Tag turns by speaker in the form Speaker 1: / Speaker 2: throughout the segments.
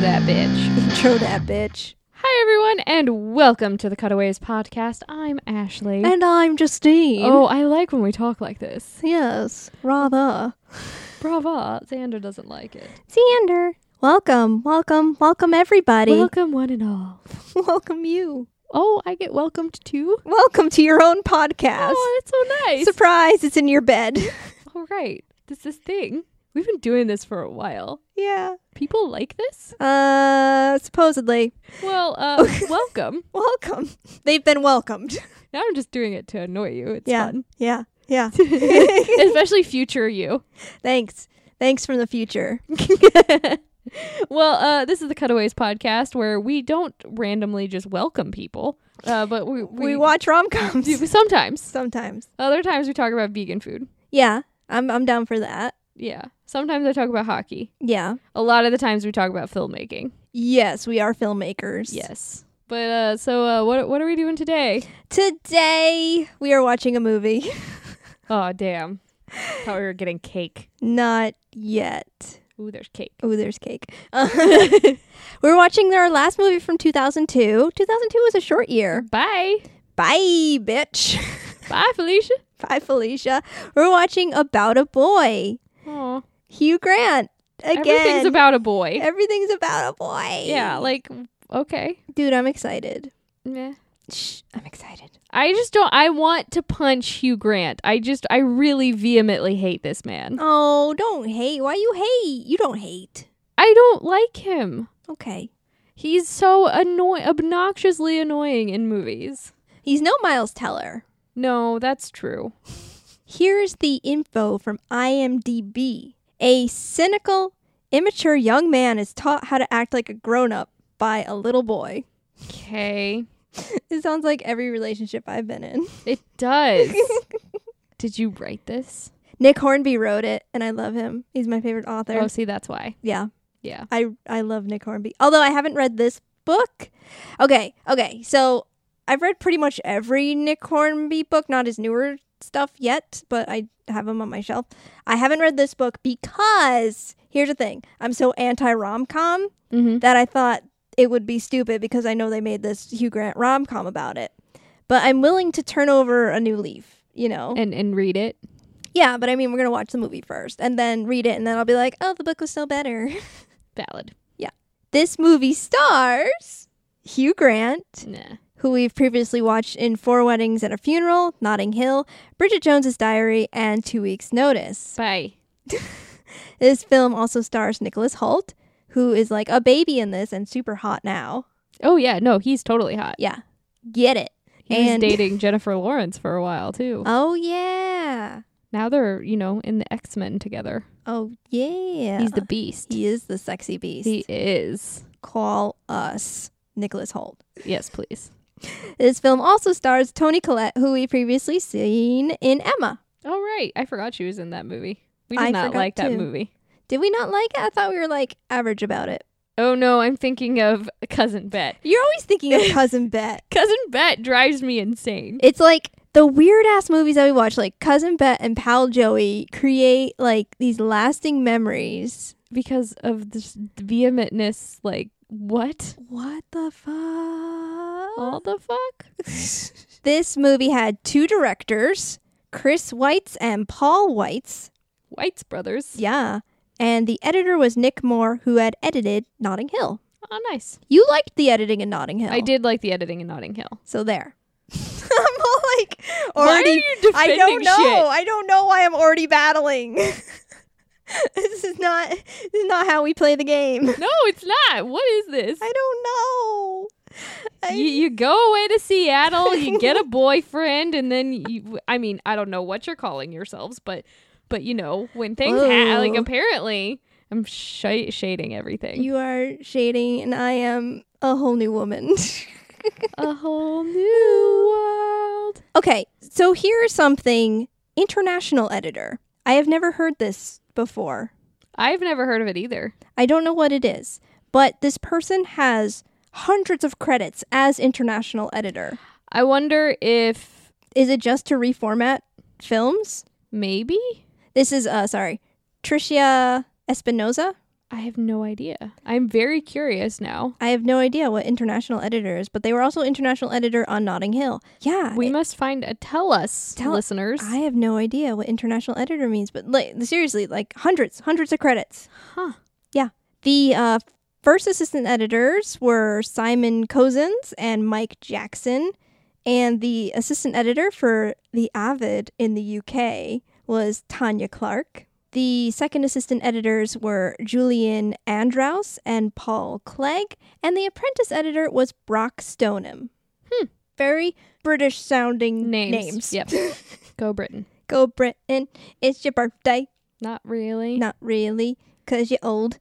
Speaker 1: that bitch.
Speaker 2: Intro that bitch.
Speaker 1: Hi, everyone, and welcome to the Cutaways Podcast. I'm Ashley.
Speaker 2: And I'm Justine.
Speaker 1: oh, I like when we talk like this.
Speaker 2: yes, rather.
Speaker 1: Bravo. Xander doesn't like it.
Speaker 2: Xander. Welcome, welcome, welcome everybody.
Speaker 1: Welcome, one and all.
Speaker 2: welcome you.
Speaker 1: Oh, I get welcomed too?
Speaker 2: Welcome to your own podcast.
Speaker 1: Oh, that's so nice.
Speaker 2: Surprise, it's in your bed.
Speaker 1: all right. This is thing. We've been doing this for a while.
Speaker 2: yeah.
Speaker 1: People like this?
Speaker 2: Uh supposedly.
Speaker 1: Well, uh, welcome.
Speaker 2: Welcome. They've been welcomed.
Speaker 1: Now I'm just doing it to annoy you. It's
Speaker 2: yeah.
Speaker 1: fun.
Speaker 2: Yeah. Yeah.
Speaker 1: Especially future you.
Speaker 2: Thanks. Thanks from the future.
Speaker 1: well, uh, this is the Cutaways podcast where we don't randomly just welcome people, uh, but we
Speaker 2: We, watch rom coms
Speaker 1: do- sometimes.
Speaker 2: sometimes.
Speaker 1: Other times we talk about vegan food.
Speaker 2: Yeah. I'm I'm down for that.
Speaker 1: Yeah. Sometimes I talk about hockey.
Speaker 2: Yeah.
Speaker 1: A lot of the times we talk about filmmaking.
Speaker 2: Yes, we are filmmakers.
Speaker 1: Yes. But uh, so uh, what what are we doing today?
Speaker 2: Today we are watching a movie.
Speaker 1: Oh damn! Thought we were getting cake.
Speaker 2: Not yet.
Speaker 1: Ooh, there's cake.
Speaker 2: Oh, there's cake. we're watching our last movie from 2002. 2002 was a short year.
Speaker 1: Bye,
Speaker 2: Bye, bitch.
Speaker 1: bye, Felicia.
Speaker 2: Bye, Felicia. We're watching About a Boy.
Speaker 1: Oh,
Speaker 2: Hugh Grant. Again.
Speaker 1: everything's about a boy.
Speaker 2: Everything's about a boy.
Speaker 1: Yeah, like okay.
Speaker 2: Dude, I'm excited.
Speaker 1: Yeah.
Speaker 2: Shh, I'm excited.
Speaker 1: I just don't. I want to punch Hugh Grant. I just, I really vehemently hate this man.
Speaker 2: Oh, don't hate. Why you hate? You don't hate.
Speaker 1: I don't like him.
Speaker 2: Okay.
Speaker 1: He's so annoy, obnoxiously annoying in movies.
Speaker 2: He's no Miles Teller.
Speaker 1: No, that's true.
Speaker 2: Here's the info from IMDb. A cynical, immature young man is taught how to act like a grown up by a little boy.
Speaker 1: Okay,
Speaker 2: It sounds like every relationship I've been in.
Speaker 1: it does. Did you write this?
Speaker 2: Nick Hornby wrote it, and I love him. He's my favorite author.
Speaker 1: Oh, see, that's why.
Speaker 2: Yeah,
Speaker 1: Yeah.
Speaker 2: I, I love Nick Hornby. Although I haven't read this book. Okay, okay. So I've read pretty much every Nick Hornby book, not his newer stuff yet, but I have them on my shelf. I haven't read this book because here's the thing I'm so anti rom com.
Speaker 1: Mm-hmm.
Speaker 2: that I thought it would be stupid because I know they made this Hugh Grant rom com about it. But I'm willing to turn over a new leaf, you know?
Speaker 1: And and read it.
Speaker 2: yeah, but I mean, we're going to watch the movie first and then read it, and then I'll be like, oh, the book was still better.
Speaker 1: Valid.
Speaker 2: this movie stars Hugh Grant,
Speaker 1: Nah.
Speaker 2: who we've previously watched in Four Weddings and a Funeral, Notting Hill, Bridget Jones's Diary, and Two Weeks' Notice.
Speaker 1: Bye.
Speaker 2: This film also stars Nicholas Holt, who is like a baby in this and super hot now.
Speaker 1: Oh yeah, no, he's totally hot.
Speaker 2: Yeah, get it.
Speaker 1: He was
Speaker 2: And-
Speaker 1: dating Jennifer Lawrence for a while too.
Speaker 2: Oh yeah.
Speaker 1: now they're you know in the X Men together.
Speaker 2: Oh yeah.
Speaker 1: He's the Beast.
Speaker 2: he is the sexy beast.
Speaker 1: He is.
Speaker 2: Call us Nicholas Holt.
Speaker 1: Yes, please.
Speaker 2: This film also stars Tony Collette, who we previously seen in Emma.
Speaker 1: All right. I forgot she was in that movie. We did
Speaker 2: I
Speaker 1: not
Speaker 2: forgot
Speaker 1: like that
Speaker 2: too.
Speaker 1: movie.
Speaker 2: Did we not like it? I thought we were like average about it.
Speaker 1: Oh no, I'm thinking of Cousin Bet.
Speaker 2: You're always thinking of Cousin Bet.
Speaker 1: Cousin Bet drives me insane.
Speaker 2: It's like the weird ass movies that we watch, like Cousin Bet and Pal Joey, create like these lasting memories.
Speaker 1: Because of this vehementness, like, what?
Speaker 2: What the fuck?
Speaker 1: All the fuck?
Speaker 2: This movie had two directors, Chris Weitz and Paul Weitz.
Speaker 1: White's brothers.
Speaker 2: Yeah. And the editor was Nick Moore, who had edited Notting Hill.
Speaker 1: Oh, nice.
Speaker 2: You liked the editing in Notting Hill.
Speaker 1: I did like the editing in Notting Hill.
Speaker 2: So there. I'm all like
Speaker 1: Why are
Speaker 2: already.
Speaker 1: you defending
Speaker 2: I don't know.
Speaker 1: shit?
Speaker 2: I don't know why I'm already battling. this is not. This is not how we play the game.
Speaker 1: No, it's not. What is this?
Speaker 2: I don't know. I,
Speaker 1: you, you go away to Seattle, you get a boyfriend, and then you, I mean, I don't know what you're calling yourselves, but but you know when things ha- like
Speaker 2: Ooh.
Speaker 1: apparently I'm sh- shading everything.
Speaker 2: you are shading, and I am a whole new woman.
Speaker 1: a whole new world.
Speaker 2: Okay, so here's something international editor. I have never heard this before.
Speaker 1: I've never heard of it either.
Speaker 2: I don't know what it is, but this person has hundreds of credits as international editor.
Speaker 1: I wonder if
Speaker 2: Is it just to reformat films?
Speaker 1: maybe
Speaker 2: This is uh sorry, Tricia Espinoza.
Speaker 1: I have no idea. I'm very curious now.
Speaker 2: I have no idea what international editor is, but they were also international editor on Notting Hill. Yeah.
Speaker 1: We
Speaker 2: I-
Speaker 1: must find a tell us,
Speaker 2: Tell-
Speaker 1: listeners.
Speaker 2: I have no idea what international editor means, but like seriously, like hundreds, hundreds of credits.
Speaker 1: Huh.
Speaker 2: Yeah. The uh, first assistant editors were Simon Cozens and Mike Jackson, and the assistant editor for the Avid in the UK was Tanya Clark. The second assistant editors were Julian Androuse and Paul Clegg, and the apprentice editor was Brock Stoneham.
Speaker 1: Hmm.
Speaker 2: Very British sounding
Speaker 1: Names.
Speaker 2: names.
Speaker 1: Yep. Go Britain.
Speaker 2: Go Britain, it's your birthday.
Speaker 1: Not really.
Speaker 2: Not really, cause you're old.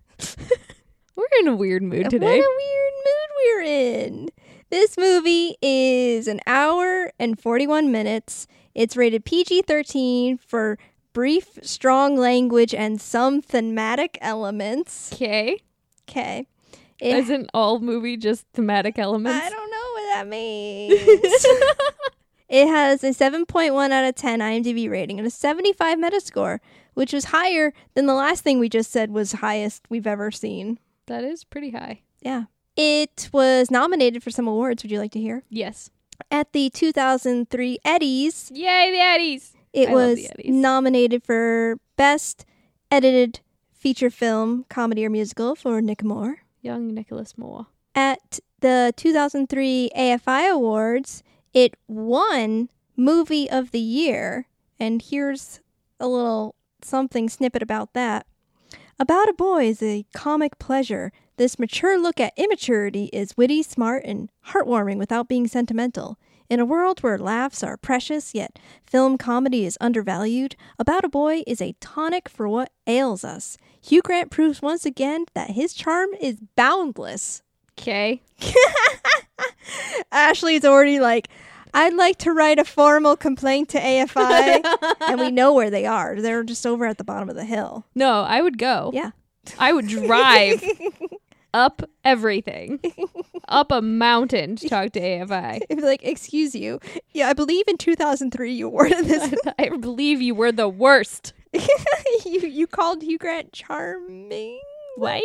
Speaker 1: We're in a weird mood
Speaker 2: What
Speaker 1: today.
Speaker 2: a weird mood we're in. This movie is an hour and 41 minutes. It's rated PG 13 for brief, strong language and some thematic elements.
Speaker 1: Okay.
Speaker 2: Okay.
Speaker 1: Isn't all movie just thematic elements?
Speaker 2: I don't know what that means. it has a 7.1 out of 10 IMDb rating and a 75 Metascore, which was higher than the last thing we just said was highest we've ever seen.
Speaker 1: That is pretty high.
Speaker 2: Yeah. It was nominated for some awards, would you like to hear?
Speaker 1: Yes.
Speaker 2: At the 2003 Eddies,
Speaker 1: Yay, the Eddies.
Speaker 2: it
Speaker 1: I love
Speaker 2: was
Speaker 1: the Eddies.
Speaker 2: nominated for Best Edited Feature Film, Comedy or Musical for Nick Moore.
Speaker 1: Young Nicholas Moore.
Speaker 2: At the 2003 AFI Awards, it won Movie of the Year. And here's a little something snippet about that. About a Boy is a comic pleasure. This mature look at immaturity is witty, smart, and heartwarming without being sentimental. In a world where laughs are precious, yet film comedy is undervalued, About a Boy is a tonic for what ails us. Hugh Grant proves once again that his charm is boundless.
Speaker 1: Okay.
Speaker 2: Ashley's already like, I'd like to write a formal complaint to AFI. and we know where they are. They're just over at the bottom of the hill.
Speaker 1: No, I would go.
Speaker 2: Yeah.
Speaker 1: I would drive up everything, up a mountain to talk to AFI.
Speaker 2: It'd be like, excuse you. Yeah, I believe in 2003 you awarded this.
Speaker 1: I believe you were the worst.
Speaker 2: you, you called Hugh Grant charming.
Speaker 1: Why?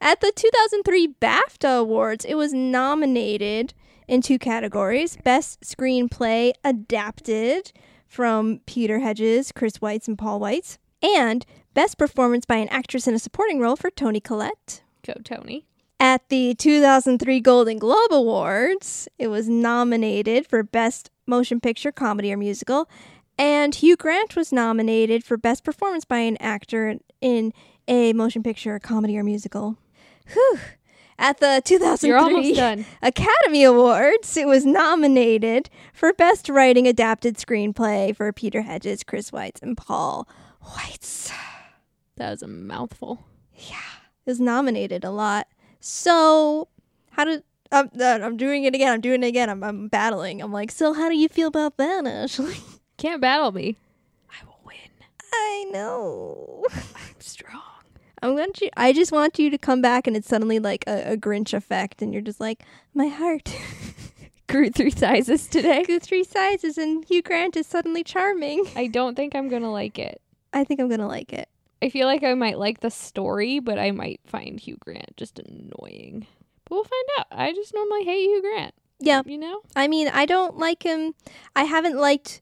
Speaker 2: At the 2003 BAFTA Awards, it was nominated in two categories Best Screenplay Adapted from Peter Hedges, Chris Weitz, and Paul Weitz, and Best Performance by an Actress in a Supporting Role for Tony Collette.
Speaker 1: Go, Tony.
Speaker 2: At the 2003 Golden Globe Awards, it was nominated for Best Motion Picture Comedy or Musical, and Hugh Grant was nominated for Best Performance by an Actor in a Motion Picture Comedy or Musical. Whew. At the
Speaker 1: You're almost
Speaker 2: 2003
Speaker 1: done.
Speaker 2: Academy Awards, it was nominated for Best Writing Adapted Screenplay for Peter Hedges, Chris Weitz, and Paul Weitz
Speaker 1: That was a mouthful.
Speaker 2: is nominated a lot. So, how did I'm, uh, I'm doing it again? I'm doing it again. I'm, I'm battling. I'm like, so how do you feel about that, Ashley?
Speaker 1: Can't battle me. I will win.
Speaker 2: I know.
Speaker 1: I'm strong.
Speaker 2: I want you. I just want you to come back, and it's suddenly like a, a Grinch effect, and you're just like, my heart
Speaker 1: Grew three sizes today.
Speaker 2: grew three sizes, and Hugh Grant is suddenly charming.
Speaker 1: I don't think I'm going to like it.
Speaker 2: I think I'm gonna like it.
Speaker 1: I feel like I might like the story, but I might find Hugh Grant just annoying. But we'll find out. I just normally hate Hugh Grant,
Speaker 2: Yeah,
Speaker 1: you know?
Speaker 2: I mean, I don't like him. I haven't liked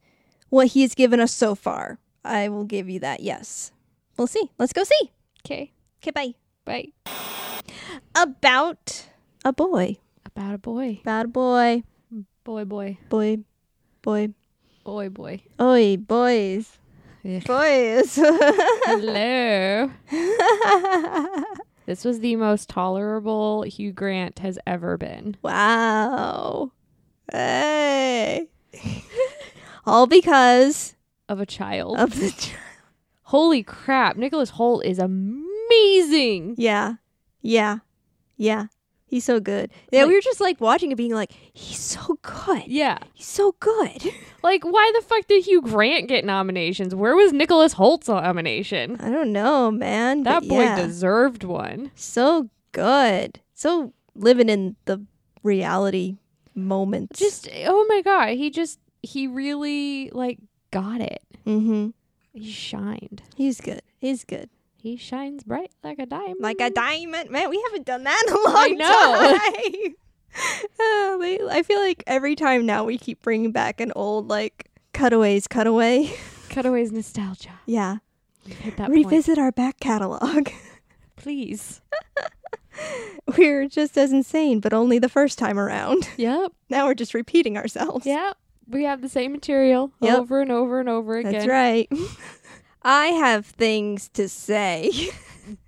Speaker 2: what he's given us so far. I will give you that. Yes, we'll see. Let's go see.
Speaker 1: Okay,
Speaker 2: Okay, bye.
Speaker 1: bye.
Speaker 2: about a boy.
Speaker 1: About a boy.
Speaker 2: About a boy.
Speaker 1: Boy, boy.
Speaker 2: Boy. Boy.
Speaker 1: Boy, boy.
Speaker 2: Oi, boys.
Speaker 1: Ugh.
Speaker 2: Boys.
Speaker 1: Hello. This was the most tolerable Hugh Grant has ever been.
Speaker 2: wow. Hey. All because
Speaker 1: Of a child.
Speaker 2: of the. Ch-
Speaker 1: Holy crap. Nicholas Holt is amazing.
Speaker 2: yeah. Yeah. Yeah. He's so good. Yeah, we were just like watching it being like, he's so good.
Speaker 1: Yeah.
Speaker 2: He's so good.
Speaker 1: Like, why the fuck did Hugh Grant get nominations? Where was Nicholas Holt's nomination?
Speaker 2: I don't know, man.
Speaker 1: That
Speaker 2: but
Speaker 1: boy
Speaker 2: yeah.
Speaker 1: deserved one.
Speaker 2: so good so living in the reality moments
Speaker 1: Just oh my god, he just he really like got it.
Speaker 2: mm-hmm
Speaker 1: He shined.
Speaker 2: he's good he's good
Speaker 1: He shines bright like a diamond.
Speaker 2: like a diamond. Man, we haven't done that in a long
Speaker 1: know.
Speaker 2: time. Oh, we- I feel like every time now we keep bringing back an old like cutaways cutaway.
Speaker 1: Cutaways nostalgia.
Speaker 2: Yeah,
Speaker 1: We've hit that point.
Speaker 2: revisit our back catalog.
Speaker 1: Please.
Speaker 2: We're just as insane, but only the first time around.
Speaker 1: Yep.
Speaker 2: Now we're just repeating ourselves.
Speaker 1: Yep. We have the same material
Speaker 2: Yep.
Speaker 1: over and over and over again.
Speaker 2: That's right. I have things to say.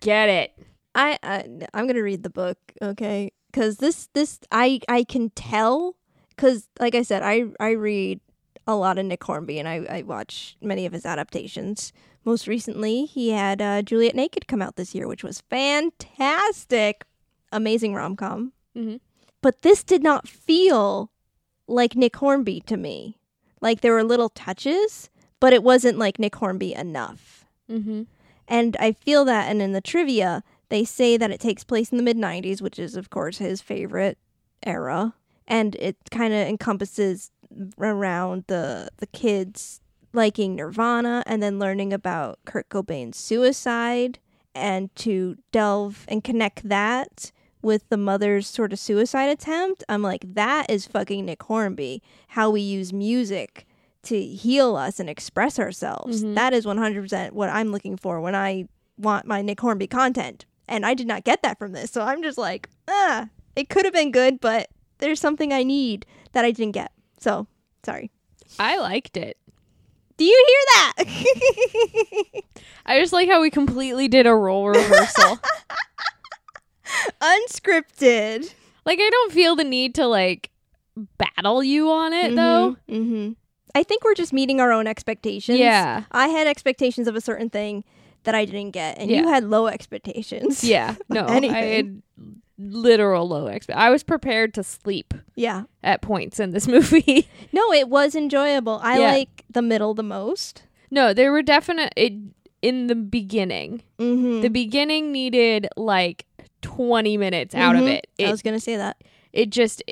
Speaker 1: Get it.
Speaker 2: I uh, I'm gonna read the book, okay? Because this this I I can tell because like I said, I I read a lot of Nick Hornby and I I watch many of his adaptations. Most recently, he had uh, Juliet Naked come out this year, which was fantastic, amazing rom com.
Speaker 1: Mhm.
Speaker 2: But this did not feel like Nick Hornby to me. Like there were little touches, but it wasn't like Nick Hornby enough.
Speaker 1: Mm-hmm.
Speaker 2: And I feel that, and in the trivia, they say that it takes place in the mid 90s, which is, of course, his favorite era. And it kind of encompasses around the, the kids liking Nirvana and then learning about Kurt Cobain's suicide and to delve and connect that with the mother's sort of suicide attempt. I'm like, that is fucking Nick Hornby, how we use music to heal us and express ourselves.
Speaker 1: Mhm.
Speaker 2: That is 100% what I'm looking for when I want my Nick Hornby content. And I did not get that from this. So I'm just like, ah, it could have been good, but there's something I need that I didn't get. So sorry.
Speaker 1: I liked it.
Speaker 2: Do you hear that?
Speaker 1: I just like how we completely did a role reversal.
Speaker 2: Unscripted.
Speaker 1: like I don't feel the need to like battle you on it though.
Speaker 2: Mm-hmm. I think we're just meeting our own expectations.
Speaker 1: Yeah.
Speaker 2: I had expectations of a certain thing that I didn't get, and you
Speaker 1: Yeah.
Speaker 2: had low expectations.
Speaker 1: Yeah. No. I had
Speaker 2: Anything.
Speaker 1: literal low expect. I was prepared to sleep
Speaker 2: Yeah.
Speaker 1: at points in this movie.
Speaker 2: No, it was enjoyable. I
Speaker 1: Yeah.
Speaker 2: like the middle the most.
Speaker 1: no, there were definite it in the beginning.
Speaker 2: Mm-hmm.
Speaker 1: The beginning needed like 20 minutes out of
Speaker 2: Mhm.
Speaker 1: it. It
Speaker 2: I was going to say that.
Speaker 1: it just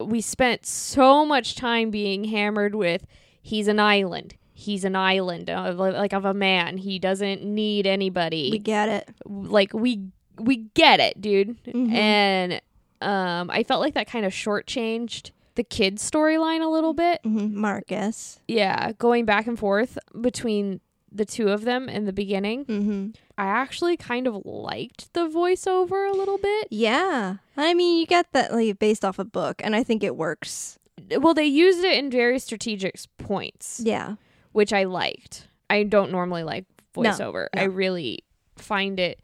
Speaker 1: we spent so much time being hammered with he's an island. He's an island of, like of a man. He doesn't need anybody.
Speaker 2: We get it.
Speaker 1: like we we get it, dude.
Speaker 2: Mhm.
Speaker 1: And um, I felt like that kind of shortchanged the kids storyline a little bit.
Speaker 2: hmm Marcus.
Speaker 1: Yeah, going back and forth between the two of them in the beginning.
Speaker 2: Mm-hmm.
Speaker 1: I actually kind of liked the voiceover a little bit.
Speaker 2: Yeah. I mean, you get that like based off a book, and I think it works.
Speaker 1: Well, they used it in very strategic s- points,
Speaker 2: Yeah.
Speaker 1: which I liked. I don't normally like voiceover.
Speaker 2: no.
Speaker 1: I really find it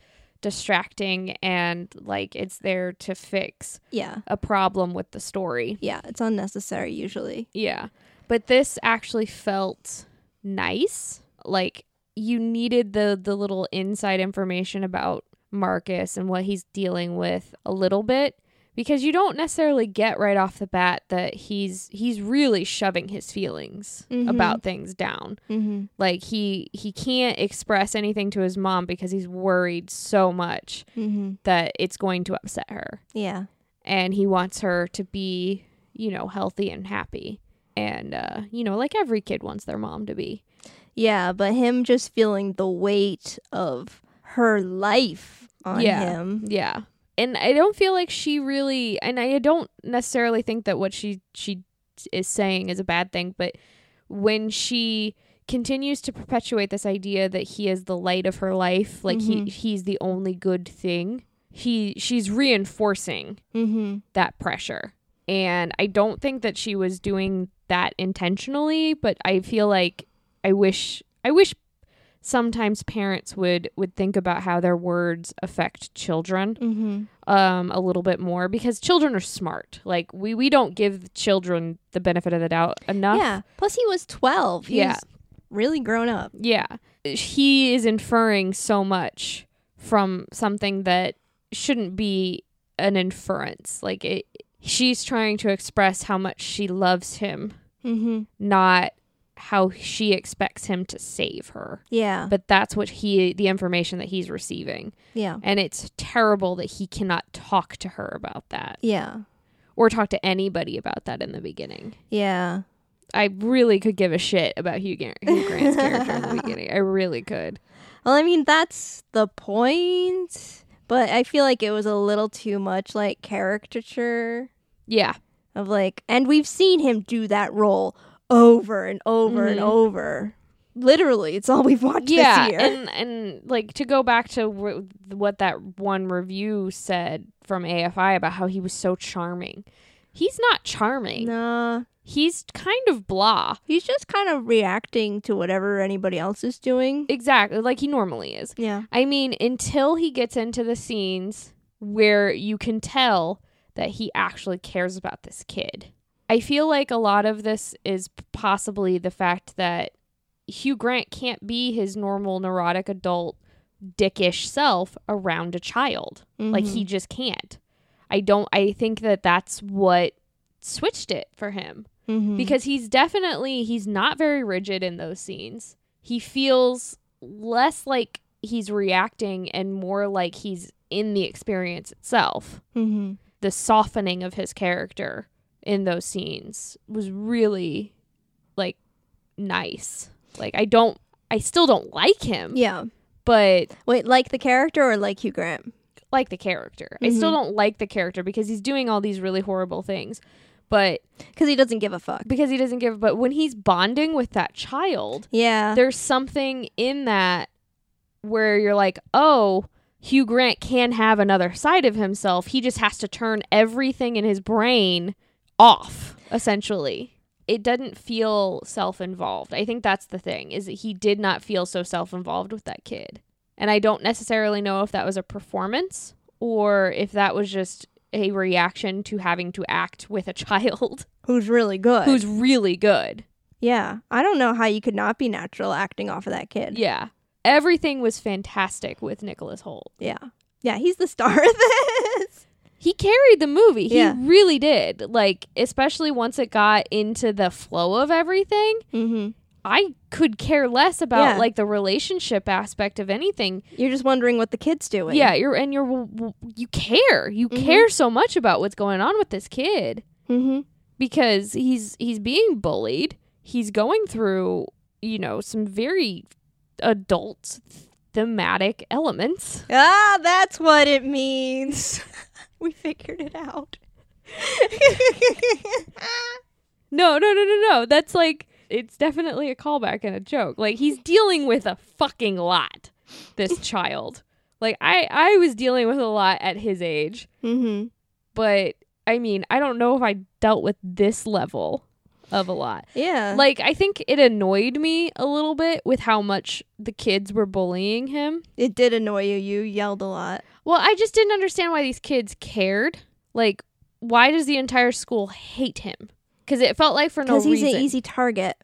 Speaker 1: distracting and like it's there to fix
Speaker 2: Yeah.
Speaker 1: a problem with the story.
Speaker 2: Yeah. It's unnecessary usually.
Speaker 1: Yeah. But this actually felt nice. Like you needed the the little inside information about Marcus and what he's dealing with a little bit because you don't necessarily get right off the bat that he's he's really shoving his feelings
Speaker 2: Mhm.
Speaker 1: about things down.
Speaker 2: Mm-hmm.
Speaker 1: Like he he can't express anything to his mom because he's worried so much
Speaker 2: Mm-hmm.
Speaker 1: that it's going to upset her
Speaker 2: Yeah.
Speaker 1: and he wants her to be, you know, healthy and happy. And uh, you know, like every kid wants their mom to be.
Speaker 2: Yeah, but him just feeling the weight of her life on
Speaker 1: Yeah.
Speaker 2: him.
Speaker 1: Yeah. And I don't feel like she really and I don't necessarily think that what she she is saying is a bad thing, but when she continues to perpetuate this idea that he is the light of her life, like he he's the only good thing, he she's reinforcing
Speaker 2: Mm-hmm.
Speaker 1: that pressure. And I don't think that she was doing that intentionally, but I feel like I wish I wish sometimes parents would would think about how their words affect children
Speaker 2: Mm-hmm.
Speaker 1: um a little bit more because children are smart. Like we we don't give children the benefit of the doubt enough.
Speaker 2: Yeah. Plus, he was twelve. He
Speaker 1: Yeah.
Speaker 2: was really grown up.
Speaker 1: Yeah. He is inferring so much from something that shouldn't be an inference. Like it she's trying to express how much she loves him,
Speaker 2: Mm-hmm.
Speaker 1: not how she expects him to save her.
Speaker 2: Yeah.
Speaker 1: But that's what he the information that he's receiving.
Speaker 2: Yeah.
Speaker 1: And it's terrible that he cannot talk to her about that
Speaker 2: Yeah.
Speaker 1: or talk to anybody about that in the beginning.
Speaker 2: Yeah.
Speaker 1: I really could give a shit about Hugh, Gar- Hugh Grant's character in the beginning. I really could.
Speaker 2: Well, I mean, that's the point, but I feel like it was a little too much like caricature
Speaker 1: Yeah.
Speaker 2: of like, and we've seen him do that role over and over and
Speaker 1: Mhm.
Speaker 2: over. Literally, it's all we've watched
Speaker 1: yeah.
Speaker 2: this year.
Speaker 1: And and like to go back to w- what that one review said from AFI about how he was so charming. He's not charming.
Speaker 2: nah,
Speaker 1: He's kind of blah.
Speaker 2: he's just kind of reacting to whatever anybody else is doing.
Speaker 1: Exactly, like he normally is.
Speaker 2: Yeah.
Speaker 1: I mean, until he gets into the scenes where you can tell that he actually cares about this kid. I feel like a lot of this is p- possibly the fact that Hugh Grant can't be his normal neurotic adult dickish self around a child. Like he just can't. I don't I think that that's what switched it for him
Speaker 2: Mhm.
Speaker 1: because he's definitely he's not very rigid in those scenes. He feels less like he's reacting and more like he's in the experience itself.
Speaker 2: Mhm.
Speaker 1: The softening of his character in those scenes was really like nice. Like I don't I still don't like him,
Speaker 2: yeah.
Speaker 1: but
Speaker 2: Wait, like the character or like Hugh Grant?
Speaker 1: like the character. I still don't like the character because he's doing all these really horrible things. But
Speaker 2: Because he doesn't give a fuck.
Speaker 1: because he doesn't give but when he's bonding with that child
Speaker 2: Yeah.
Speaker 1: there's something in that where you're like, oh, Hugh Grant can have another side of himself. He just has to turn everything in his brain off, essentially. It doesn't feel self involved. I think that's the thing, is that he did not feel so self involved with that kid. And I don't necessarily know if that was a performance or if that was just a reaction to having to act with a child
Speaker 2: Who's really good.
Speaker 1: who's really good.
Speaker 2: Yeah, I don't know how you could not be natural acting off of that kid.
Speaker 1: Yeah. Everything was fantastic with Nicholas Holt.
Speaker 2: Yeah. Yeah, he's the star of this.
Speaker 1: He carried the movie. He
Speaker 2: Yeah.
Speaker 1: really did. Like, especially once it got into the flow of everything,
Speaker 2: Mm-hmm.
Speaker 1: I could care less about
Speaker 2: Yeah.
Speaker 1: like the relationship aspect of anything.
Speaker 2: You're just wondering what the kid's doing.
Speaker 1: Yeah, you're and you're w- w- you care. You
Speaker 2: Mhm.
Speaker 1: care so much about what's going on with this kid
Speaker 2: Mm-hmm.
Speaker 1: because he's he's being bullied. He's going through, you know, some very adult thematic elements.
Speaker 2: Ah, that's what it means. we figured it out.
Speaker 1: No, no, no, no, no. That's like it's definitely a callback and a joke. Like he's dealing with a fucking lot. This child. Like I I was dealing with a lot at his age,
Speaker 2: mm-hmm.
Speaker 1: but I mean, I don't know if I dealt with this level of a lot.
Speaker 2: Yeah.
Speaker 1: Like I think it annoyed me a little bit with how much the kids were bullying him.
Speaker 2: it did annoy you. You yelled a lot.
Speaker 1: Well, I just didn't understand why these kids cared. Like why does the entire school hate him? Cuz it felt like for no
Speaker 2: Because
Speaker 1: reason.
Speaker 2: he's an easy target.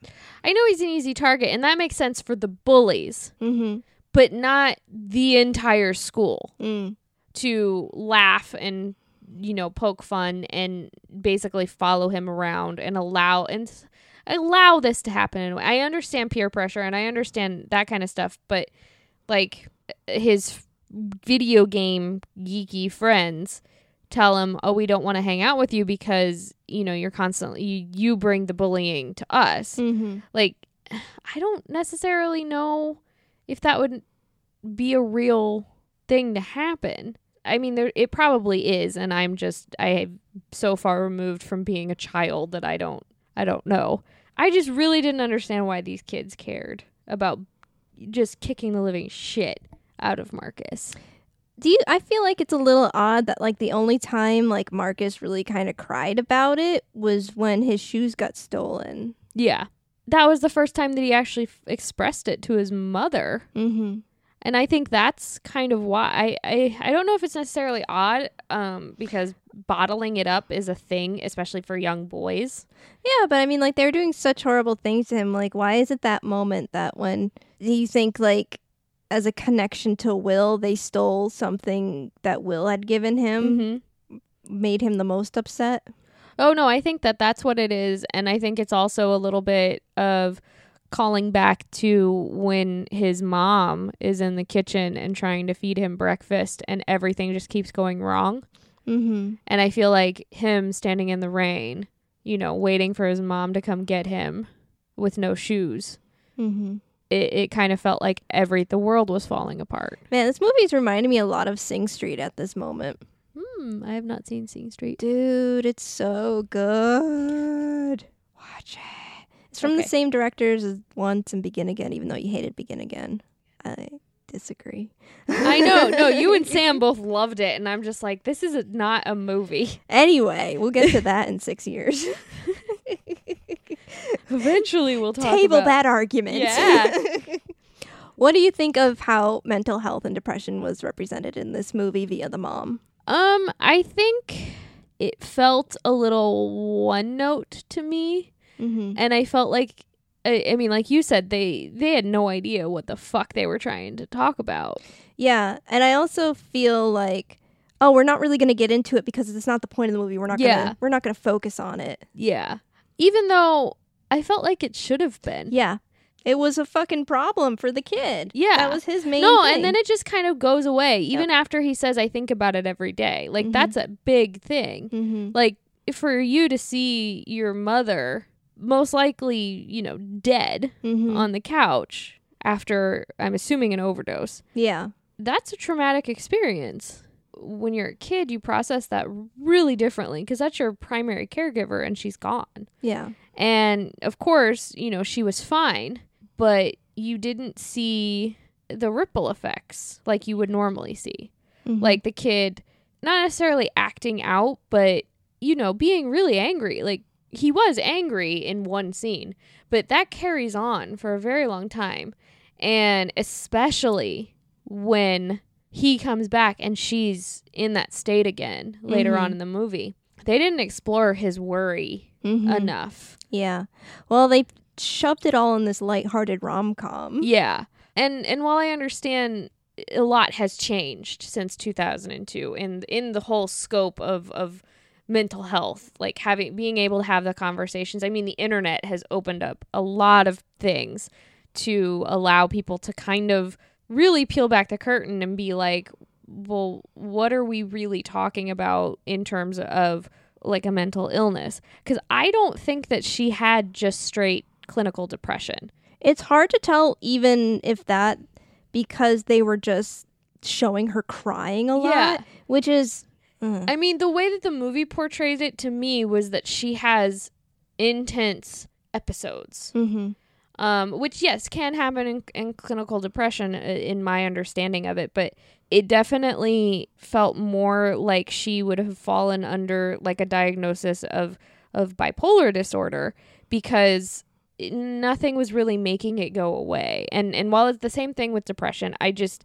Speaker 1: I know he's an easy target, and that makes sense for the bullies,
Speaker 2: Mm-hmm.
Speaker 1: but not the entire school
Speaker 2: Mm.
Speaker 1: to laugh and you know poke fun and basically follow him around and allow and s- allow this to happen. In a way. I understand peer pressure and I understand that kind of stuff, but like his video game geeky friends tell him, "Oh, we don't want to hang out with you because you know you're constantly you, you bring the bullying to us."
Speaker 2: Mm-hmm.
Speaker 1: like i don't necessarily know if that would be a real thing to happen i mean there it probably is and i'm just i am so far removed from being a child that i don't i don't know i just really didn't understand why these kids cared about just kicking the living shit out of marcus
Speaker 2: do you i feel like it's a little odd that like the only time like marcus really kind of cried about it was when his shoes got stolen
Speaker 1: yeah that was the first time that he actually f- expressed it to his mother
Speaker 2: mm-hmm
Speaker 1: and I think that's kind of why I, I, I don't know if it's necessarily odd um, because bottling it up is a thing, especially for young boys.
Speaker 2: yeah but i mean like they were doing such horrible things to him like why is it that moment that when do you think like as a connection to will they stole something that will had given him
Speaker 1: Mm-hmm.
Speaker 2: made him the most upset
Speaker 1: Oh, no, I think that that's what it is. And I think it's also a little bit of calling back to when his mom is in the kitchen and trying to feed him breakfast and everything just keeps going wrong.
Speaker 2: mm-hmm
Speaker 1: And I feel like him standing in the rain, you know, waiting for his mom to come get him with no shoes.
Speaker 2: mm-hmm
Speaker 1: it, it kind of felt like every the world was falling apart.
Speaker 2: Man, this movie's reminding me a lot of Sing Street at this moment.
Speaker 1: Hmm, I have not seen Sing Street.
Speaker 2: Dude, it's so good. Watch it. It's from the
Speaker 1: Okay.
Speaker 2: same directors as Once and Begin Again, even though you hated Begin Again. I disagree.
Speaker 1: I know, no, you and Sam both loved it, and I'm just like, this is a, not a movie.
Speaker 2: Anyway, we'll get to that in six years.
Speaker 1: Eventually, we'll talk
Speaker 2: Table
Speaker 1: about
Speaker 2: that argument.
Speaker 1: Yeah.
Speaker 2: what do you think of how mental health and depression was represented in this movie via the mom?
Speaker 1: Um, I think it felt a little one note to me,
Speaker 2: Mm-hmm.
Speaker 1: and I felt like I, I mean, like you said, they they had no idea what the fuck they were trying to talk about.
Speaker 2: Yeah, and I also feel like, oh, we're not really going to get into it because it's not the point of the movie. We're not going to
Speaker 1: Yeah.
Speaker 2: we're not going to focus on it.
Speaker 1: Yeah, even though I felt like it should have been.
Speaker 2: Yeah, it was a fucking problem for the kid.
Speaker 1: Yeah.
Speaker 2: that was his main.
Speaker 1: No,
Speaker 2: thing.
Speaker 1: and then it just kind of goes away. Even after he says, "I think about it every day," like
Speaker 2: Mhm.
Speaker 1: that's a big thing.
Speaker 2: Mhm.
Speaker 1: Like for you to see your mother most likely, you know, dead
Speaker 2: Mhm.
Speaker 1: on the couch after I'm assuming an overdose.
Speaker 2: yeah,
Speaker 1: That's a traumatic experience. When you're a kid, you process that really differently because that's your primary caregiver and she's gone.
Speaker 2: yeah,
Speaker 1: And of course, you know, she was fine, but you didn't see the ripple effects like you would normally see.
Speaker 2: Mhm.
Speaker 1: Like the kid not necessarily acting out, but you know, being really angry. Like he was angry in one scene, but that carries on for a very long time. And especially when he comes back and she's in that state again later
Speaker 2: Mhm.
Speaker 1: on in the movie. They didn't explore his worry
Speaker 2: Mhm.
Speaker 1: enough.
Speaker 2: yeah. Well, they shoved it all in this lighthearted rom com.
Speaker 1: Yeah. And and while I understand a lot has changed since 2002 in in the whole scope of of mental health, like having being able to have the conversations. I mean, the internet has opened up a lot of things to allow people to kind of really peel back the curtain and be like, well, what are we really talking about in terms of like a mental illness? Cuz I don't think that she had just straight clinical depression.
Speaker 2: It's hard to tell even if that because they were just showing her crying a lot,
Speaker 1: Yeah.
Speaker 2: which is. Mm.
Speaker 1: I mean, the way that the movie portrays it to me was that she has intense episodes,
Speaker 2: Mhm.
Speaker 1: um, which, yes, can happen in, in clinical depression, uh, in my understanding of it, but it definitely felt more like she would have fallen under like a diagnosis of, of bipolar disorder because it- nothing was really making it go away. And and while it's the same thing with depression, I just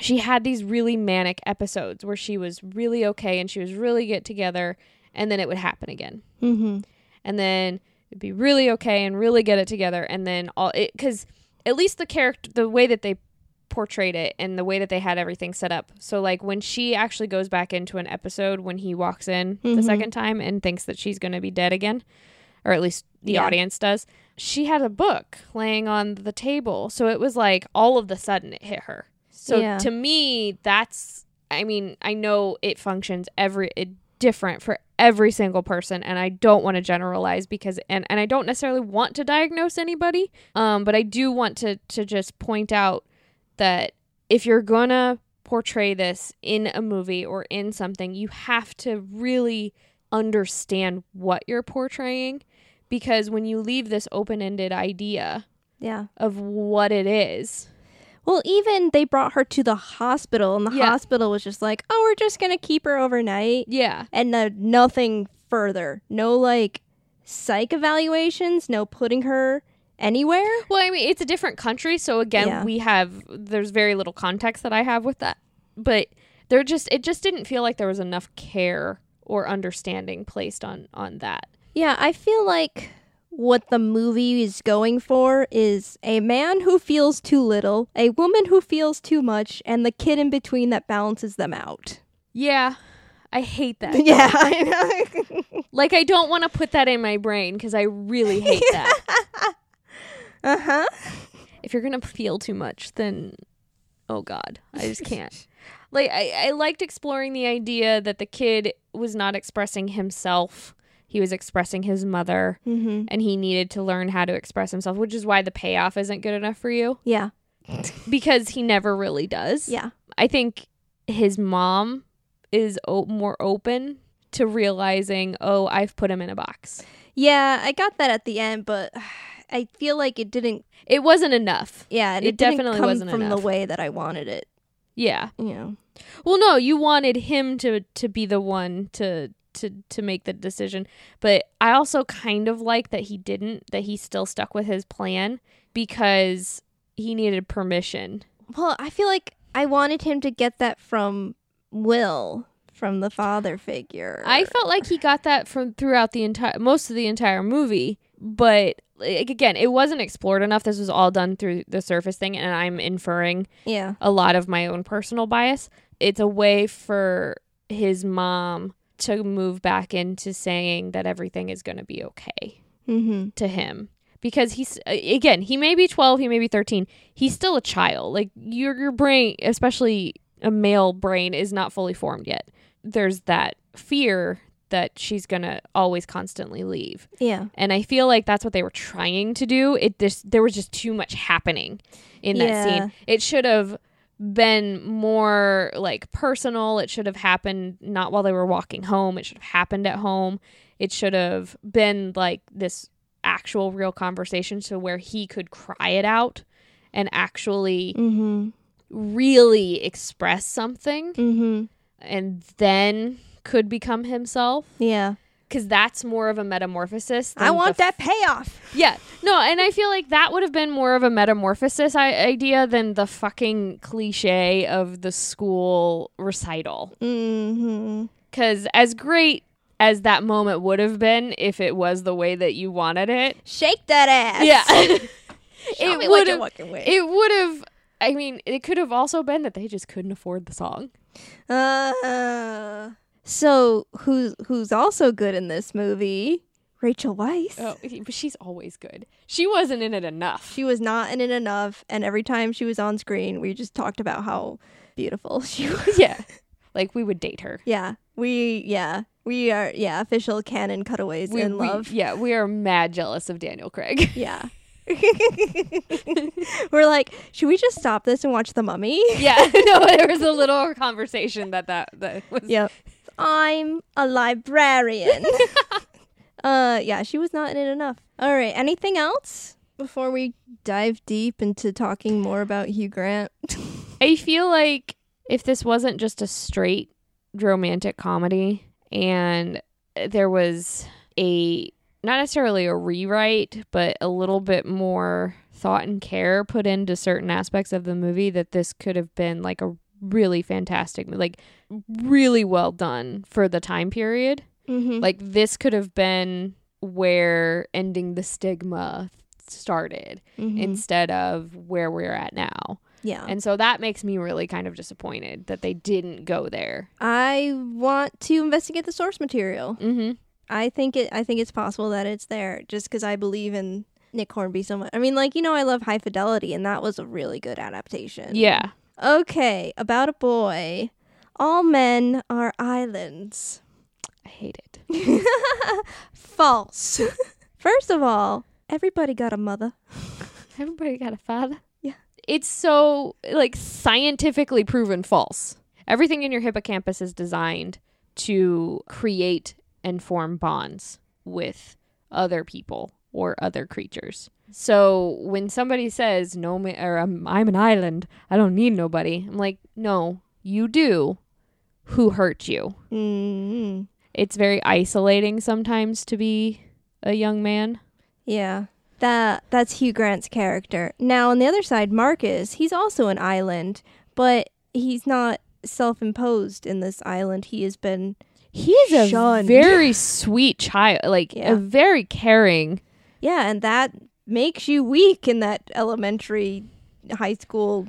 Speaker 1: she had these really manic episodes where she was really okay and she was really get together and then it would happen again.
Speaker 2: Mhm.
Speaker 1: And then it'd be really okay and really get it together and then all it cuz at least the character the way that they portrayed it and the way that they had everything set up. So like when she actually goes back into an episode when he walks in the
Speaker 2: Mhm.
Speaker 1: second time and thinks that she's going to be dead again or at least the
Speaker 2: Yeah.
Speaker 1: audience does. She had a book laying on the table. So it was like all of the sudden it hit her. So
Speaker 2: Yeah.
Speaker 1: to me, that's, I mean, I know it functions every, it, different for every single person. And I don't want to generalize because, and, and I don't necessarily want to diagnose anybody. Um, but I do want to, to just point out that if you're going to portray this in a movie or in something, you have to really understand what you're portraying because when you leave this open-ended idea
Speaker 2: Yeah.
Speaker 1: of what it is
Speaker 2: Well, even they brought her to the hospital, and the
Speaker 1: Yeah.
Speaker 2: hospital was just like, "Oh, we're just gonna keep her overnight,"
Speaker 1: yeah
Speaker 2: and uh, nothing further. No like psych evaluations. No putting her anywhere.
Speaker 1: well i mean it's a different country so again
Speaker 2: Yeah.
Speaker 1: we have there's very little context that i have with that but there just it just didn't feel like there was enough care or understanding placed on on that
Speaker 2: Yeah, I feel like what the movie is going for is a man who feels too little, a woman who feels too much, and the kid in between that balances them out.
Speaker 1: yeah i hate that
Speaker 2: Yeah, I know.
Speaker 1: like i don't want to put that in my brain because i really hate that
Speaker 2: uh huh.
Speaker 1: if you're gonna feel too much then oh god i just can't like I, I liked exploring the idea that the kid was not expressing himself he was expressing his mother
Speaker 2: Mm-hmm.
Speaker 1: and he needed to learn how to express himself, which is why the payoff isn't good enough for you
Speaker 2: Yeah.
Speaker 1: because he never really does.
Speaker 2: Yeah.
Speaker 1: I think his mom is o- more open to realizing, oh, I've put him in a box.
Speaker 2: Yeah. I got that at the end, but I feel like it didn't.
Speaker 1: It wasn't enough.
Speaker 2: Yeah. and
Speaker 1: It
Speaker 2: It, didn't
Speaker 1: definitely
Speaker 2: come
Speaker 1: wasn't
Speaker 2: from
Speaker 1: enough.
Speaker 2: the way that I wanted it.
Speaker 1: Yeah.
Speaker 2: You know.
Speaker 1: Well, no, you wanted him to to be the one to to to make the decision, but I also kind of like that he didn't that he still stuck with his plan because he needed permission.
Speaker 2: Well, I feel like I wanted him to get that from Will, from the father figure.
Speaker 1: I felt like he got that from throughout the entire most of the entire movie, but like again, it wasn't explored enough. This was all done through the surface thing and I'm inferring
Speaker 2: Yeah.
Speaker 1: a lot of my own personal bias. It's a way for his mom to move back into saying that everything is going to be okay
Speaker 2: Mm-hmm.
Speaker 1: to him because he's again, he may be 12, he may be 13. He's still a child. Like your your brain, especially a male brain is not fully formed yet. There's that fear that she's going to always constantly leave.
Speaker 2: Yeah.
Speaker 1: And I feel like that's what they were trying to do. It just there was just too much happening in that
Speaker 2: Yeah.
Speaker 1: scene. It should have been more like personal. It should have happened not while they were walking home. It should have happened at home. It should have been like this actual real conversation to where he could cry it out and actually
Speaker 2: Mm-hmm.
Speaker 1: really express something
Speaker 2: Mm-hmm.
Speaker 1: and then could become himself
Speaker 2: Yeah.
Speaker 1: because that's more of a metamorphosis
Speaker 2: I
Speaker 1: than
Speaker 2: want
Speaker 1: the
Speaker 2: that payoff.
Speaker 1: yeah. No, and I feel like that would have been more of a metamorphosis I- idea than the fucking cliche of the school recital.
Speaker 2: Mm-hmm.
Speaker 1: Because as great as that moment would have been if it was the way that you wanted it,
Speaker 2: Shake that ass.
Speaker 1: yeah,
Speaker 2: Show
Speaker 1: it
Speaker 2: me what
Speaker 1: would
Speaker 2: you're
Speaker 1: have.
Speaker 2: walking with.
Speaker 1: It would have. I mean, it could have also been that they just couldn't afford the song.
Speaker 2: Uh, so who's who's also good in this movie? Rachel Weisz.
Speaker 1: Oh, but she's always good. She wasn't in it enough.
Speaker 2: She was not in it enough, and every time she was on screen, we just talked about how beautiful she was.
Speaker 1: yeah, like we would date her.
Speaker 2: Yeah, we yeah we are yeah official canon cutaways
Speaker 1: We,
Speaker 2: in
Speaker 1: we-
Speaker 2: love.
Speaker 1: yeah, we are mad jealous of Daniel Craig.
Speaker 2: Yeah. We're like, should we just stop this and watch The Mummy?
Speaker 1: Yeah, no, there was a little conversation that that, that was.
Speaker 2: Yep. I'm a librarian. uh yeah, she was not in it enough. All right, anything else before we dive deep into talking more about Hugh Grant?
Speaker 1: I feel like if this wasn't just a straight romantic comedy and there was a not necessarily a rewrite, but a little bit more thought and care put into certain aspects of the movie, that this could have been like a really fantastic, like really well done for the time period.
Speaker 2: mm-hmm.
Speaker 1: Like this could have been where ending the stigma started. instead of where we're at now.
Speaker 2: mm-hmm. yeah.
Speaker 1: And so that makes me really kind of disappointed that they didn't go there.
Speaker 2: I want to investigate the source material.
Speaker 1: Mm-hmm.
Speaker 2: I think it I think it's possible that it's there just cuz I believe in Nick Hornby so much. I mean, like, you know, I love High Fidelity and that was a really good adaptation.
Speaker 1: Yeah.
Speaker 2: Okay, about a boy. All men are islands.
Speaker 1: I hate it.
Speaker 2: False. First of all, everybody got a mother.
Speaker 1: Everybody got a father.
Speaker 2: Yeah.
Speaker 1: It's so like scientifically proven false. Everything in your hippocampus is designed to create and form bonds with other people or other creatures. So when somebody says no ma- or I'm, I'm an island, I don't need nobody. I'm like, "No, you do. Who hurt you?"
Speaker 2: mm
Speaker 1: It's very isolating sometimes to be a young man.
Speaker 2: Yeah. That that's Hugh Grant's character. Now on the other side, Marcus, he's also an island, but he's not self-imposed in this island. He has been
Speaker 1: He is a
Speaker 2: Shunned.
Speaker 1: very sweet child, like
Speaker 2: Yeah.
Speaker 1: a very caring.
Speaker 2: Yeah, and that makes you weak in that elementary high school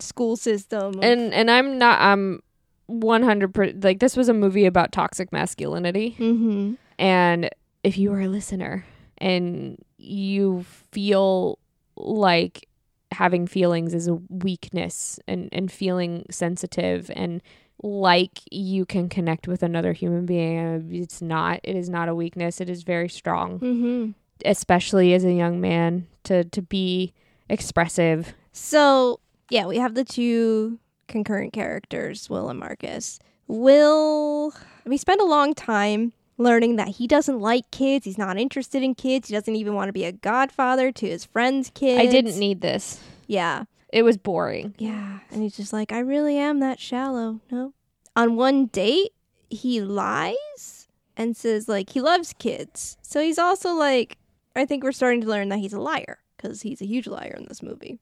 Speaker 2: school system. of-
Speaker 1: And and I'm not I'm 100% like this was a movie about toxic masculinity
Speaker 2: Mhm.
Speaker 1: and if you are a listener and you feel like having feelings is a weakness and and feeling sensitive and like you can connect with another human being. It's not it is not a weakness. It is very strong,
Speaker 2: Mm-hmm.
Speaker 1: especially as a young man to to be expressive.
Speaker 2: So yeah, we have the two concurrent characters, Will and Marcus. Will we spend a long time learning that he doesn't like kids. He's not interested in kids. He doesn't even want to be a godfather to his friends' kids.
Speaker 1: I didn't need this.
Speaker 2: Yeah.
Speaker 1: It was boring.
Speaker 2: Yeah. And he's just like, I really am that shallow. No. On one date, he lies and says, like, he loves kids. So he's also like, I think we're starting to learn that he's a liar because he's a huge liar in this movie.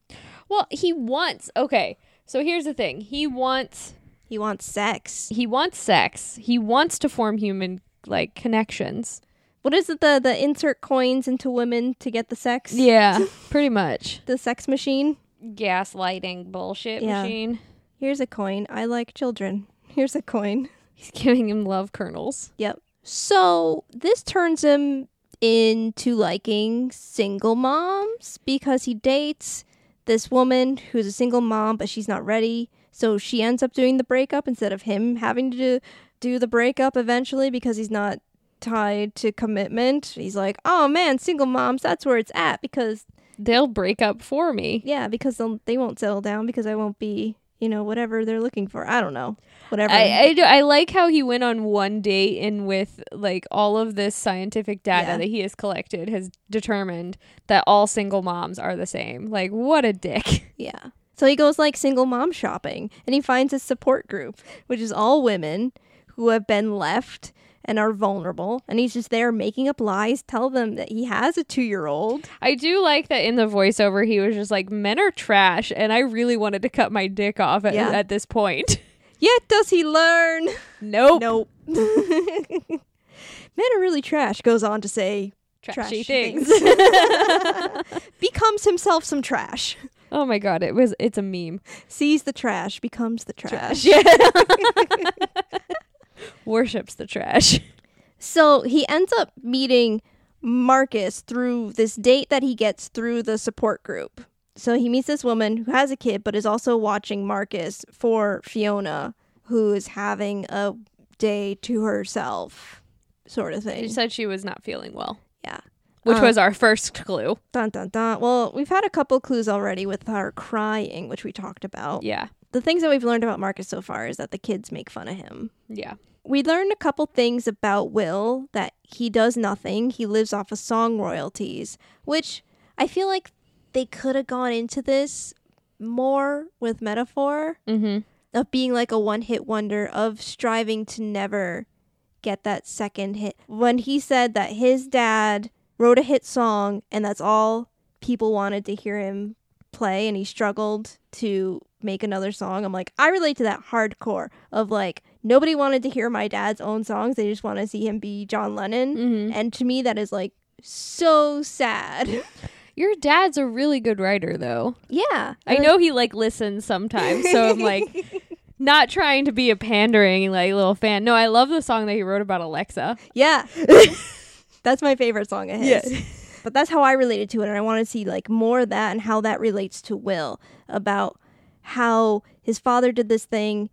Speaker 1: Well, he wants okay. So here's the thing. He wants
Speaker 2: He wants sex.
Speaker 1: he wants sex. He wants to form human like connections.
Speaker 2: What is it? The, the insert coins into women to get the sex?
Speaker 1: Yeah, pretty much.
Speaker 2: The sex machine?
Speaker 1: Gaslighting bullshit
Speaker 2: Yeah.
Speaker 1: machine.
Speaker 2: Here's a coin. I like children. Here's a coin.
Speaker 1: He's giving him love kernels.
Speaker 2: Yep. So this turns him into liking single moms because he dates this woman who's a single mom, but she's not ready. So she ends up doing the breakup instead of him having to do, do the breakup eventually because he's not tied to commitment. He's like, oh man, single moms, that's where it's at because,
Speaker 1: They'll break up for me.
Speaker 2: yeah, because they'll, they won't settle down because I won't be, you know, whatever they're looking for. I don't know. Whatever.
Speaker 1: I, I, do- I like how he went on one date and with like all of this scientific data
Speaker 2: Yeah.
Speaker 1: that he has collected has determined that all single moms are the same. Like what a dick.
Speaker 2: Yeah. So he goes like single mom shopping and he finds a support group, which is all women who have been left and are vulnerable. And he's just there making up lies, tell them that he has a two year old.
Speaker 1: I do like that in the voiceover he was just like men are trash and I really wanted to cut my dick off at,
Speaker 2: Yeah.
Speaker 1: at this point.
Speaker 2: Yet does he learn?
Speaker 1: nope.
Speaker 2: Nope. Men are really trash, goes on to say
Speaker 1: Trashy,
Speaker 2: trashy
Speaker 1: things.
Speaker 2: things. becomes himself some trash.
Speaker 1: oh my god, it was it's a meme.
Speaker 2: Sees the trash, becomes the trash.
Speaker 1: Yeah. Worships the trash.
Speaker 2: So he ends up meeting Marcus through this date that he gets through the support group. So he meets this woman who has a kid but is also watching Marcus for Fiona, who is having a day to herself, sort of
Speaker 1: She
Speaker 2: thing.
Speaker 1: said she was not feeling well.
Speaker 2: Yeah.
Speaker 1: Which
Speaker 2: Uh,
Speaker 1: was our first clue.
Speaker 2: Dun dun dun. Well, we've had a couple clues already with her crying, which we talked about.
Speaker 1: Yeah.
Speaker 2: The things that we've learned about Marcus so far is that the kids make fun of him.
Speaker 1: Yeah.
Speaker 2: we learned a couple things about Will that he does nothing. He lives off of song royalties, which I feel like they could have gone into this more with metaphor
Speaker 1: Mm-hmm.
Speaker 2: of being like a one hit wonder, of striving to never get that second hit. When he said that his dad wrote a hit song and that's all people wanted to hear him play and he struggled to make another song, I'm like, I relate to that hardcore of like, nobody wanted to hear my dad's own songs. They just want to see him be John Lennon.
Speaker 1: Mm-hmm.
Speaker 2: And to me, that is like so sad.
Speaker 1: Your dad's a really good writer, though.
Speaker 2: yeah.
Speaker 1: I know he like listens sometimes, so I'm like not trying to be a pandering like little fan. No, I love the song that he wrote about Alexa.
Speaker 2: Yeah. that's my favorite song of his.
Speaker 1: Yeah.
Speaker 2: But that's how I related to it and I want to see like more of that and how that relates to Will about how his father did this thing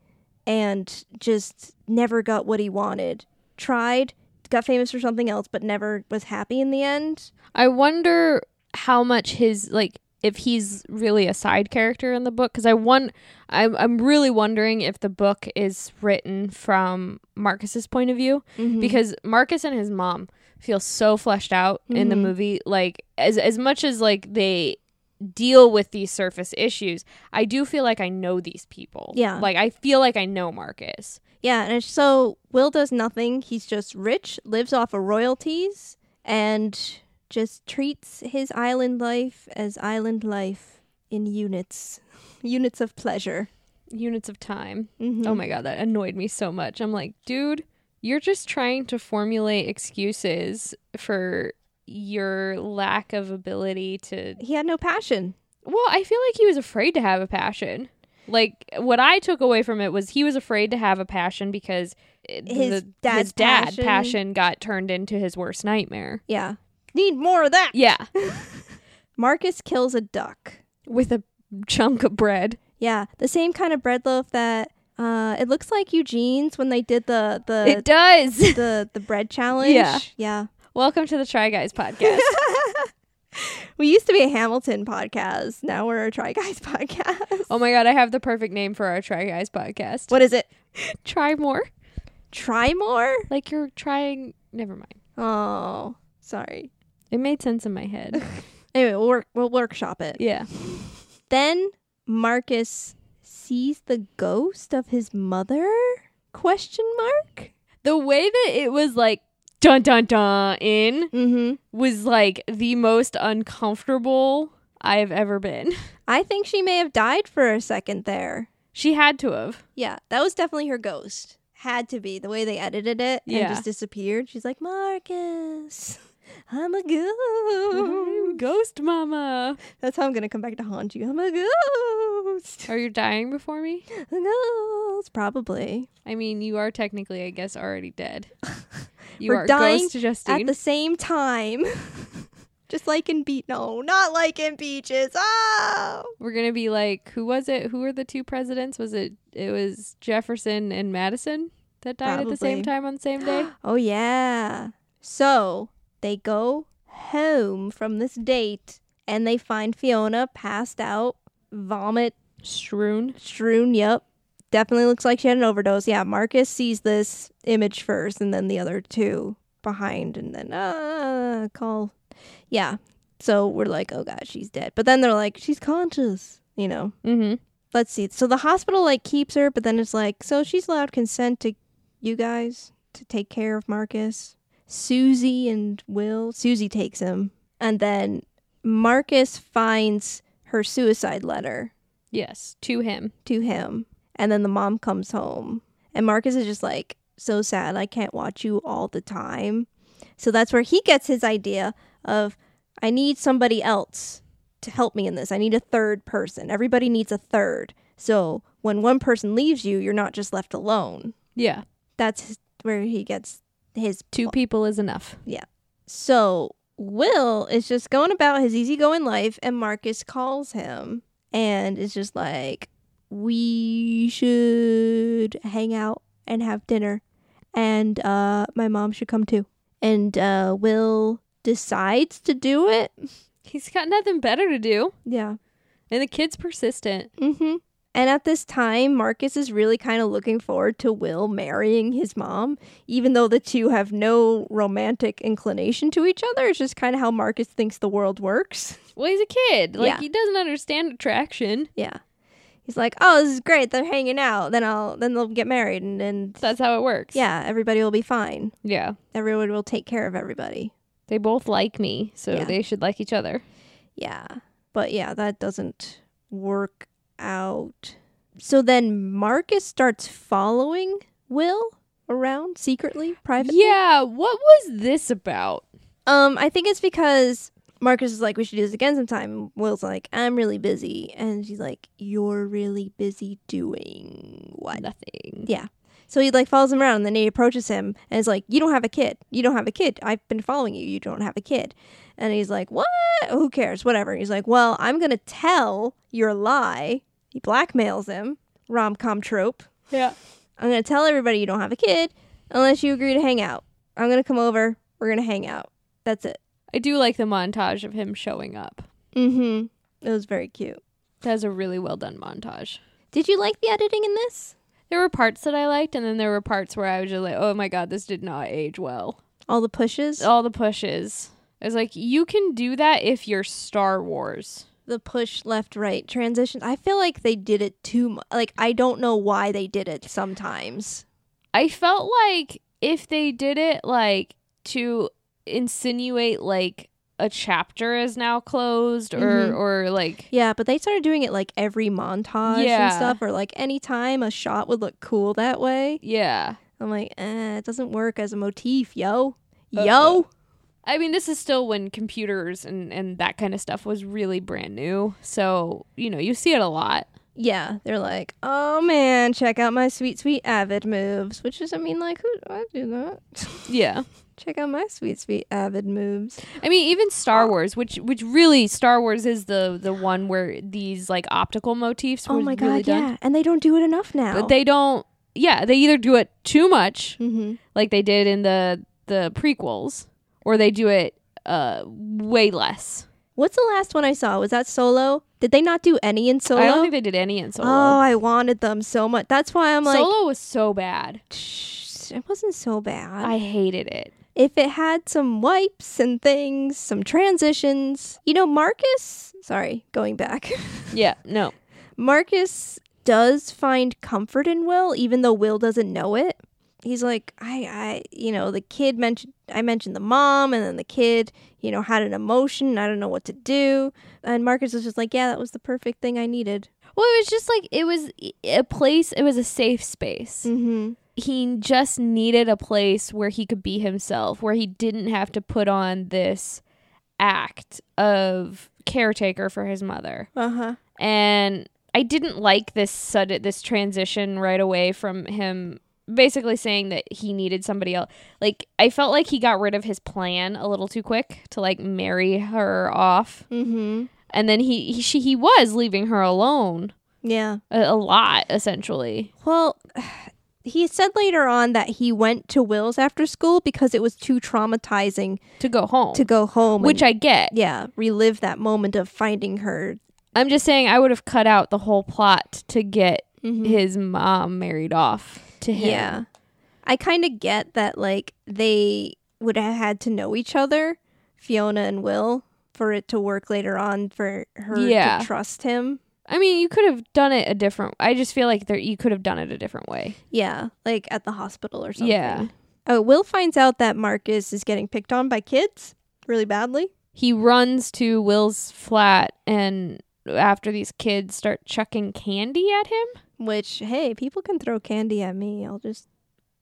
Speaker 2: and just never got what he wanted. Tried, got famous for something else but never was happy in the end.
Speaker 1: I wonder how much his like if he's really a side character in the book because I want I'm I'm really wondering if the book is written from Marcus's point of view because Marcus and his mom feel so fleshed out in the
Speaker 2: Mhm.
Speaker 1: movie. Like as as much as like they deal with these surface issues, I do feel like I know these people.
Speaker 2: Yeah.
Speaker 1: like I feel like I know Marcus.
Speaker 2: Yeah, and it's- so Will does nothing. He's just rich, lives off of royalties, and just treats his island life as island life in units, units of pleasure.
Speaker 1: Units of time.
Speaker 2: Mm-hmm.
Speaker 1: Oh my god, that annoyed me so much. I'm like, dude, you're just trying to formulate excuses for your lack of ability to
Speaker 2: He had no passion.
Speaker 1: Well, I feel like he was afraid to have a passion. Like what I took away from it was he was afraid to have a passion because it-
Speaker 2: His
Speaker 1: the,
Speaker 2: dad's
Speaker 1: his dad
Speaker 2: passion.
Speaker 1: passion. got turned into his worst nightmare.
Speaker 2: Yeah, need more of that.
Speaker 1: Yeah,
Speaker 2: Marcus kills a duck.
Speaker 1: with a chunk of bread.
Speaker 2: Yeah, the same kind of bread loaf that Uh, it looks like Eugene's when they did the the
Speaker 1: it does.
Speaker 2: the the bread challenge.
Speaker 1: Yeah.
Speaker 2: yeah.
Speaker 1: Welcome to the Try Guys podcast.
Speaker 2: We used to be a Hamilton podcast. Now we're a Try Guys podcast.
Speaker 1: oh my god, I have the perfect name for our Try Guys podcast.
Speaker 2: What is it?
Speaker 1: Try more.
Speaker 2: Try more?
Speaker 1: Like you're trying. Never mind.
Speaker 2: Oh, sorry.
Speaker 1: It made sense in my head.
Speaker 2: Anyway, we'll work. We'll workshop it.
Speaker 1: yeah.
Speaker 2: Then Marcus sees the ghost of his mother? Question mark.
Speaker 1: The way that it was like dun dun dun in
Speaker 2: Mm-hmm.
Speaker 1: was like the most uncomfortable I've ever been.
Speaker 2: I think she may have died for a second there.
Speaker 1: She had to have.
Speaker 2: Yeah, that was definitely her ghost. Had to be the way they edited it and
Speaker 1: Yeah.
Speaker 2: just disappeared. She's like, Marcus, I'm a ghost.
Speaker 1: Ghost mama.
Speaker 2: That's how I'm gonna come back to haunt you. I'm a ghost.
Speaker 1: Are you dying before me?
Speaker 2: A ghost, probably.
Speaker 1: I mean, you are technically, I guess, already dead. You
Speaker 2: We're
Speaker 1: are
Speaker 2: dying
Speaker 1: ghost Justine.
Speaker 2: At the same time, just like in beat. No, not like in beaches. Oh.
Speaker 1: We're gonna be like, who was it? Who were the two presidents? Was it? It was Jefferson and Madison that died at the same
Speaker 2: Probably.
Speaker 1: time on the same day.
Speaker 2: Oh, yeah. So they go home from this date and they find Fiona passed out, vomit
Speaker 1: Shroon.
Speaker 2: strewn. Yep. Definitely looks like she had an overdose. Yeah. Marcus sees this image first and then the other two behind and then, uh, call. Yeah. So we're like, oh, God, she's dead. But then they're like, she's conscious, you know
Speaker 1: Mm-hmm.
Speaker 2: let's see. So the hospital like keeps her, but then it's like, so she's allowed consent to you guys to take care of Marcus. Susie and Will. Susie takes him, and then Marcus finds her suicide letter
Speaker 1: Yes, to him.
Speaker 2: to him, and then the mom comes home, and Marcus is just like so sad. I can't watch you all the time. So that's where he gets his idea of I need somebody else to help me in this. I need a third person. Everybody needs a third. So when one person leaves you, you're not just left alone.
Speaker 1: Yeah,
Speaker 2: That's his- where he gets his
Speaker 1: two people is enough.
Speaker 2: So Will is just going about his easygoing life, and Marcus calls him and is just like, "We should hang out and have dinner, and uh, my mom should come too." And uh, Will decides to do it.
Speaker 1: He's got nothing better to do,
Speaker 2: Yeah.
Speaker 1: and the kid's persistent.
Speaker 2: Mm-hmm. And at this time, Marcus is really kind of looking forward to Will marrying his mom, even though the two have no romantic inclination to each other. It's just kind of how Marcus thinks the world works.
Speaker 1: Well, he's a kid. Like
Speaker 2: Yeah.
Speaker 1: he doesn't understand attraction.
Speaker 2: Yeah. He's like, "Oh, this is great. They're hanging out. Then I'll then they'll get married and and
Speaker 1: That's how it works.
Speaker 2: yeah, everybody will be fine.
Speaker 1: yeah.
Speaker 2: Everyone will take care of everybody."
Speaker 1: They both like me, so
Speaker 2: Yeah.
Speaker 1: they should like each other.
Speaker 2: Yeah. But yeah, that doesn't work out. So then Marcus starts following Will around secretly, privately.
Speaker 1: Yeah. What was this about?
Speaker 2: Um, I think it's because Marcus is like, we should do this again sometime. And Will's like, I'm really busy. And she's like, You're really busy doing what?
Speaker 1: Nothing.
Speaker 2: Yeah. So he like follows him around and then he approaches him and is like, You don't have a kid. You don't have a kid. I've been following you. You don't have a kid. And he's like, What? Who cares? Whatever. he's like, Well, I'm gonna tell your lie. He blackmails him. Rom com trope.
Speaker 1: Yeah.
Speaker 2: I'm gonna tell everybody you don't have a kid unless you agree to hang out. I'm gonna come over. We're gonna hang out. That's it.
Speaker 1: I do like the montage of him showing up.
Speaker 2: Mm-hmm. It was very cute.
Speaker 1: That's a really well done montage.
Speaker 2: Did you like the editing in this?
Speaker 1: There were parts that I liked, and then there were parts where I was just like, oh my god, this did not age well.
Speaker 2: All the pushes?
Speaker 1: All the pushes. I was like, you can do that if you're Star Wars.
Speaker 2: the push left right transition. I feel like they did it too much. Like I don't know why they did it sometimes.
Speaker 1: I felt like if they did it like to insinuate like a chapter is now closed or
Speaker 2: Mhm.
Speaker 1: or like
Speaker 2: Yeah, but they started doing it like every montage and
Speaker 1: Yeah.
Speaker 2: stuff, or like any time a shot would look cool that way.
Speaker 1: yeah.
Speaker 2: I'm like, eh, it doesn't work as a motif, yo,
Speaker 1: Uh,
Speaker 2: yo.
Speaker 1: I mean, this is still when computers and and that kind of stuff was really brand new. So, you know, you see it a lot.
Speaker 2: Yeah, they're like, oh man, check out my sweet, sweet avid moves. Which is, I mean, like, who I do that?
Speaker 1: Yeah.
Speaker 2: check out my sweet, sweet avid moves.
Speaker 1: I mean, even
Speaker 2: Uh,
Speaker 1: Star Wars, which which really Star Wars is the the one where these like optical motifs were
Speaker 2: oh my god,
Speaker 1: really done.
Speaker 2: yeah, and they don't do it enough now.
Speaker 1: But they don't. Yeah, they either do it too much,
Speaker 2: hmm
Speaker 1: like they did in the the prequels, or they do it uh way less.
Speaker 2: What's the last one I saw? Was that Solo? Did they not do any in Solo?
Speaker 1: I don't think they did any in Solo.
Speaker 2: Oh, I wanted them so much. That's why I'm like,
Speaker 1: Solo was so bad.
Speaker 2: "Shh, it wasn't so bad.
Speaker 1: I hated it.
Speaker 2: if it had some wipes and things, some transitions. You know, Marcus, sorry, going back.
Speaker 1: Yeah, no.
Speaker 2: Marcus does find comfort in Will, even though Will doesn't know it. He's like, I, I, you know, the kid mentioned, I mentioned the mom, and then the kid, you know, had an emotion. and I don't know what to do. And Marcus was just like, yeah, that was the perfect thing I needed.
Speaker 1: Well, it was just like it was e, a place. It was a safe space.
Speaker 2: Mm-hmm.
Speaker 1: he just needed a place where he could be himself, where he didn't have to put on this act of caretaker for his mother.
Speaker 2: Uh huh.
Speaker 1: And I didn't like this sudden this transition right away from him basically saying that he needed somebody else. Like I felt like he got rid of his plan a little too quick to like marry her off.
Speaker 2: Mm-hmm.
Speaker 1: And then he, he she he was leaving her alone
Speaker 2: Yeah.
Speaker 1: a, a lot essentially.
Speaker 2: Well, he said later on that he went to Will's after school because it was too traumatizing
Speaker 1: To go home.
Speaker 2: to go home.
Speaker 1: which I get.
Speaker 2: yeah, relive that moment of finding her.
Speaker 1: I'm just saying I would have cut out the whole plot to get
Speaker 2: Mhm.
Speaker 1: his mom married off to him.
Speaker 2: Yeah. I kind of get that, like, they would have had to know each other, Fiona and Will, for it to work later on for her
Speaker 1: Yeah.
Speaker 2: to trust him.
Speaker 1: I mean, you could have done it a different. I just feel like there you could have done it a different way.
Speaker 2: Yeah, like at the hospital or something.
Speaker 1: Yeah.
Speaker 2: Oh, Will finds out that Marcus is getting picked on by kids really badly.
Speaker 1: He runs to Will's flat and after these kids start chucking candy at him.
Speaker 2: Which, hey, people can throw candy at me. I'll just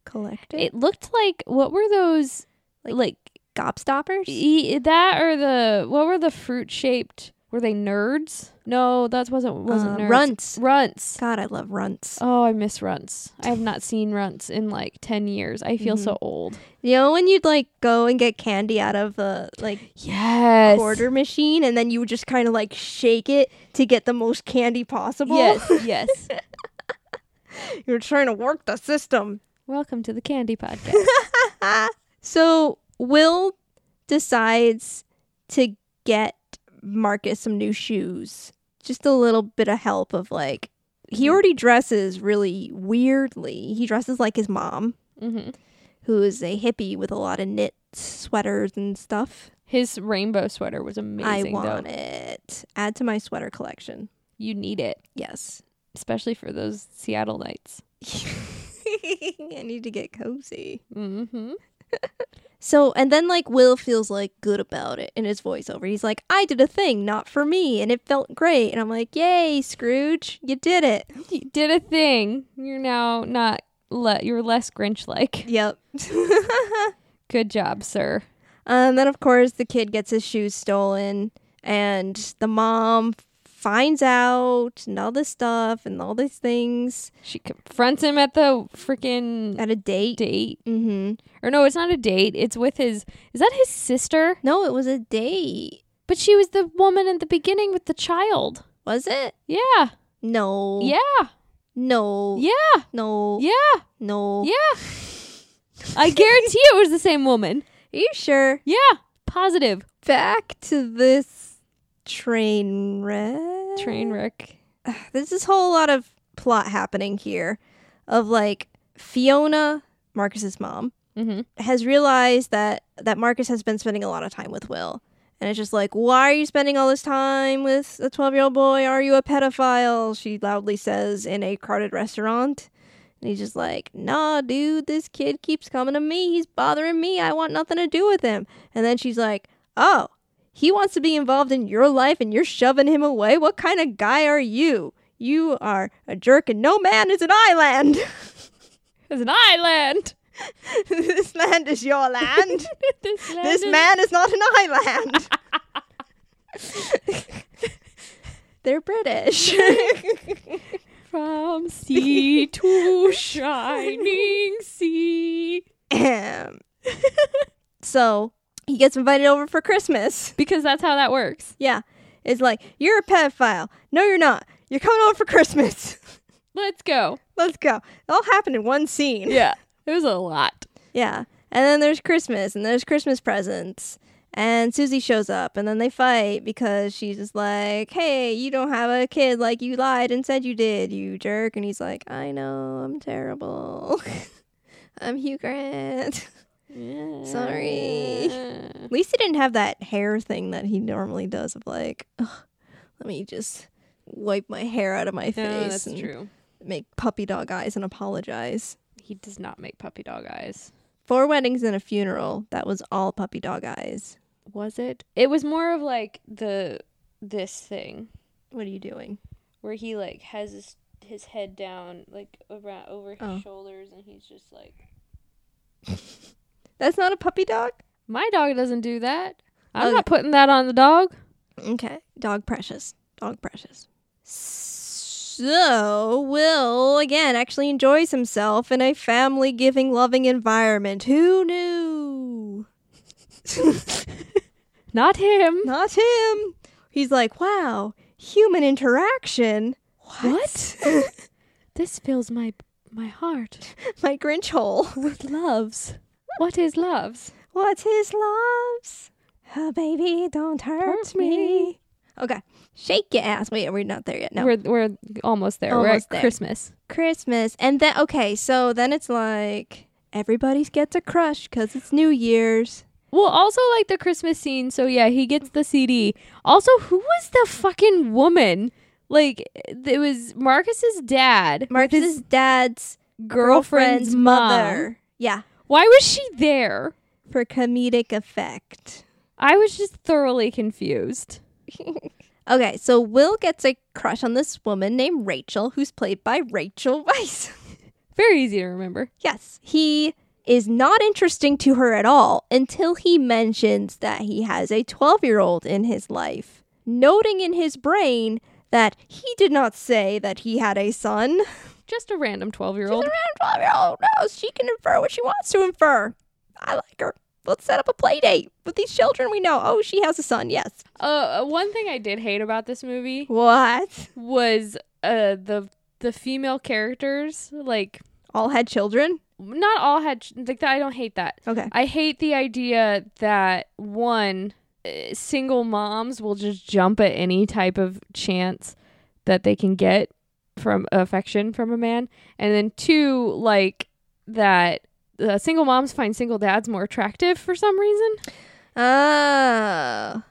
Speaker 2: collect it.
Speaker 1: It looked like what were those
Speaker 2: Like-
Speaker 1: like,
Speaker 2: Gobstoppers?
Speaker 1: e- that or the what were the fruit shaped were they nerds? No, that wasn't wasn't
Speaker 2: Uh,
Speaker 1: nerds.
Speaker 2: runts.
Speaker 1: Runts.
Speaker 2: God, I love runts.
Speaker 1: Oh, I miss runts. I have not seen runts in like 10 years. I feel
Speaker 2: Mm-hmm.
Speaker 1: so old.
Speaker 2: You know when you'd like go and get candy out of the like
Speaker 1: Yes.
Speaker 2: quarter machine, and then you would just kind of like shake it to get the most candy possible.
Speaker 1: Yes, yes.
Speaker 2: you're trying to work the system.
Speaker 1: Welcome to the Candy Podcast.
Speaker 2: So Will decides to get Marcus some new shoes. Just a little bit of help of like he already dresses really weirdly. He dresses like his mom,
Speaker 1: hmm
Speaker 2: who is a hippie with a lot of knit sweaters and stuff.
Speaker 1: His rainbow sweater was amazing,
Speaker 2: I want
Speaker 1: though.
Speaker 2: it. Add to my sweater collection.
Speaker 1: You need it,
Speaker 2: Yes.
Speaker 1: especially for those Seattle nights.
Speaker 2: I need to get cozy.
Speaker 1: Mm-hmm.
Speaker 2: So, and then like Will feels like good about it in his voiceover. He's like, I did a thing, not for me, and it felt great. And I'm like, Yay, Scrooge, you did it.
Speaker 1: You did a thing. You're now not, le- you're less Grinch like.
Speaker 2: Yep.
Speaker 1: Good job, sir.
Speaker 2: and Um, then, of course, the kid gets his shoes stolen, and the mom finds out and all this stuff and all these things
Speaker 1: She confronts him at the freaking
Speaker 2: at a date.
Speaker 1: date.
Speaker 2: Mm-hmm.
Speaker 1: Or no, it's not a date. It's with his, is that his sister?
Speaker 2: No, it was a date.
Speaker 1: But she was the woman at the beginning with the child.
Speaker 2: Was it?
Speaker 1: Yeah.
Speaker 2: No.
Speaker 1: Yeah.
Speaker 2: No.
Speaker 1: Yeah.
Speaker 2: No.
Speaker 1: Yeah.
Speaker 2: No.
Speaker 1: Yeah. I guarantee it was the same woman.
Speaker 2: Are you sure?
Speaker 1: Yeah. Positive.
Speaker 2: back to this train wreck.
Speaker 1: Train wreck.
Speaker 2: There's this whole lot of plot happening here of like Fiona, Marcus's mom,
Speaker 1: Mhm.
Speaker 2: has realized that that Marcus has been spending a lot of time with Will. And it's just like, why are you spending all this time with a 12 year old boy? Are you a pedophile? She loudly says in a crowded restaurant. And he's just like, nah, dude, this kid keeps coming to me. He's bothering me. I want nothing to do with him. And then she's like, oh, he wants to be involved in your life and you're shoving him away? What kind of guy are you? You are a jerk and no man is an island.
Speaker 1: It's an island.
Speaker 2: this land is your land.
Speaker 1: This, land
Speaker 2: this
Speaker 1: is-
Speaker 2: man is not an island. They're British.
Speaker 1: From sea to shining sea.
Speaker 2: Ahem. so he gets invited over for Christmas.
Speaker 1: Because that's how that works.
Speaker 2: Yeah. It's like, you're a pedophile. No, you're not. You're coming over for Christmas.
Speaker 1: Let's go.
Speaker 2: Let's go. It all happened in one scene.
Speaker 1: Yeah. It was a lot.
Speaker 2: Yeah. And then there's Christmas and there's Christmas presents. And Susie shows up and then they fight because she's just like, Hey, you don't have a kid like you lied and said you did, you jerk. And he's like, I know, I'm terrible. I'm Hugh Grant. Sorry. At least he didn't have that hair thing that he normally does of like, "Ugh, let me just wipe my hair out of my face
Speaker 1: No, that's
Speaker 2: and
Speaker 1: true.
Speaker 2: make puppy dog eyes and apologize.
Speaker 1: He does not make puppy dog eyes.
Speaker 2: Four weddings and a funeral, that was all puppy dog eyes.
Speaker 1: Was it? It was more of like the this thing
Speaker 2: What are you doing?
Speaker 1: where he like has his his head down like around over his
Speaker 2: Oh.
Speaker 1: shoulders and he's just like
Speaker 2: That's not a puppy dog?
Speaker 1: My dog doesn't do that. I'm
Speaker 2: Oh.
Speaker 1: not putting that on the dog.
Speaker 2: Okay. Dog precious. Dog precious. So, Will again actually enjoys himself in a family giving, loving environment. Who knew?
Speaker 1: Not him.
Speaker 2: Not him. He's like, wow, human interaction.
Speaker 1: What? This fills my my heart
Speaker 2: My Grinch hole.
Speaker 1: with loves. What is loves?
Speaker 2: What's his loves? Oh, baby, don't hurt,
Speaker 1: Hurt
Speaker 2: me.
Speaker 1: me.
Speaker 2: Okay. Shake your ass. Wait, we're not there yet. No.
Speaker 1: We're we're almost there. we're
Speaker 2: Almost
Speaker 1: at
Speaker 2: there.
Speaker 1: Christmas.
Speaker 2: Christmas. And then, okay, so then it's like everybody gets a crush because it's New Year's.
Speaker 1: Well, also like the Christmas scene. So yeah, he gets the CD. Also, who was the fucking woman? Like it was Marcus's dad,
Speaker 2: Marcus's dad's
Speaker 1: girlfriend's, mother.
Speaker 2: mother. Yeah.
Speaker 1: Why was she there?
Speaker 2: For comedic effect.
Speaker 1: I was just thoroughly confused.
Speaker 2: Okay, so Will gets a crush on this woman named Rachel, who's played by Rachel Weisz.
Speaker 1: Very easy to remember.
Speaker 2: Yes, he is not interesting to her at all until he mentions that he has a 12 year old in his life, noting in his brain that he did not say that he had a son.
Speaker 1: Just a random twelve-year-old.
Speaker 2: Around 12 year old knows she can infer what she wants to infer. I like her. Let's set up a play date with these children we know. Oh, she has a son. Yes.
Speaker 1: Uh, one thing I did hate about this movie
Speaker 2: What?
Speaker 1: was uh the the female characters like
Speaker 2: All had children?
Speaker 1: not all had ch- like I don't hate that.
Speaker 2: Okay.
Speaker 1: I hate the idea that one uh, single moms will just jump at any type of chance that they can get from affection from a man, and then two like that uh, single moms find single dads more attractive for some reason.
Speaker 2: Oh.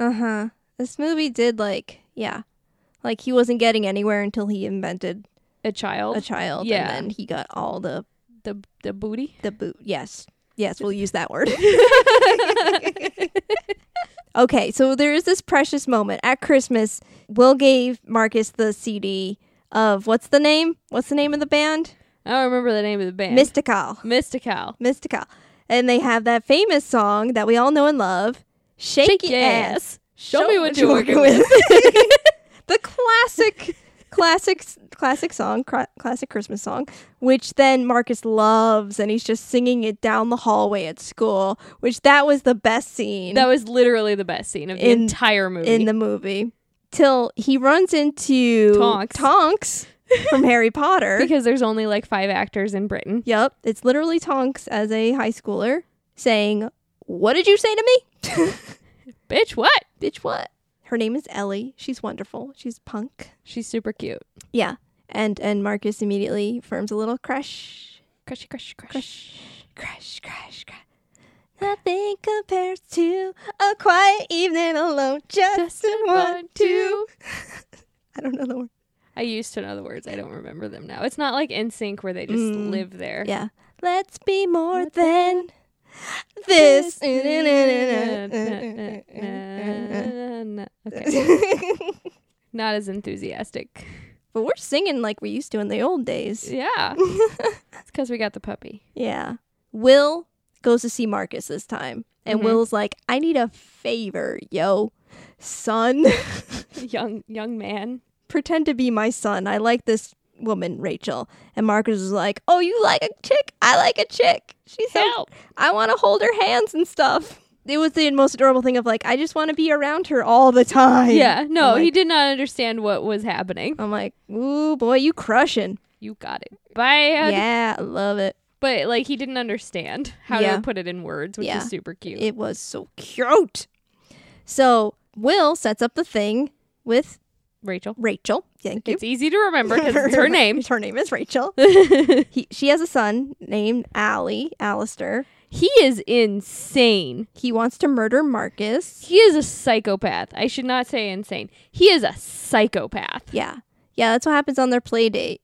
Speaker 2: Uh huh. This movie did, like, yeah. Like, he wasn't getting anywhere until he invented
Speaker 1: A child,
Speaker 2: a child.
Speaker 1: Oh, Yeah.
Speaker 2: And then he got all the,
Speaker 1: the the booty.
Speaker 2: the boot. Yes. Yes, we'll use that word. okay, so there is this precious moment at Christmas. Will gave Marcus the CD of what's the name? What's the name of the band?
Speaker 1: I don't remember the name of the band.
Speaker 2: Mystical.
Speaker 1: Mystical.
Speaker 2: Mystical. And they have that famous song that we all know and love Shake,
Speaker 1: Shake
Speaker 2: Your
Speaker 1: your
Speaker 2: ass.
Speaker 1: ass. Show me what you're working
Speaker 2: the classic, classic, classic song, cra- classic Christmas song, which then Marcus loves, and he's just singing it down the hallway at school. Which that was the best scene
Speaker 1: That was literally the best scene of the
Speaker 2: In-
Speaker 1: entire movie.
Speaker 2: in the movie. Till he runs into
Speaker 1: Tonks.
Speaker 2: Tonks from Harry Potter.
Speaker 1: because there's only like five actors in Britain.
Speaker 2: Yep, it's literally Tonks as a high schooler saying, "What did you say to me,
Speaker 1: Bitch, what?
Speaker 2: bitch? What?" Her name is Ellie. She's wonderful. She's punk.
Speaker 1: She's super cute.
Speaker 2: Yeah. And and Marcus immediately forms a little crush.
Speaker 1: Crushy, crushy, crush.
Speaker 2: Crush, crush, crush. Nothing compares to a quiet evening alone. Just,
Speaker 1: Just
Speaker 2: in
Speaker 1: one,
Speaker 2: one, two. I don't know the word.
Speaker 1: I used to know the words. I don't remember them now. It's not like in sync where they just
Speaker 2: Mm.
Speaker 1: live there.
Speaker 2: Yeah. Let's be more than this. okay.
Speaker 1: Okay. Not as enthusiastic.
Speaker 2: but we're singing like we used to in the old days.
Speaker 1: Yeah. It's because we got the puppy.
Speaker 2: Yeah. Will goes to see Marcus this time. And
Speaker 1: Mhm.
Speaker 2: Will's like, I need a favor, yo. son.
Speaker 1: young young man.
Speaker 2: Pretend to be my son. I like this woman, Rachel. And Marcus is like, Oh, you like a chick? I like a chick. She's so
Speaker 1: Help.
Speaker 2: I want to hold her hands and stuff. It was the most adorable thing of like, I just want to be around her all the time.
Speaker 1: Yeah, no,
Speaker 2: I'm
Speaker 1: he
Speaker 2: like-
Speaker 1: did not understand what was happening.
Speaker 2: I'm like, ooh, boy, you crushing.
Speaker 1: You got it. Bye.
Speaker 2: Yeah, I love it.
Speaker 1: But like he didn't understand how
Speaker 2: Yeah.
Speaker 1: to put it in words, which
Speaker 2: Yeah.
Speaker 1: is super cute.
Speaker 2: It was so cute. So Will sets up the thing with
Speaker 1: Rachel.
Speaker 2: Rachel. Thank you.
Speaker 1: It's easy to remember because it's her name.
Speaker 2: her name is Rachel. He, she has a son named Allie, Alistair.
Speaker 1: he is insane.
Speaker 2: He wants to murder Marcus.
Speaker 1: He is a psychopath. I should not say insane. He is a psychopath.
Speaker 2: Yeah. Yeah, that's what happens on their play date.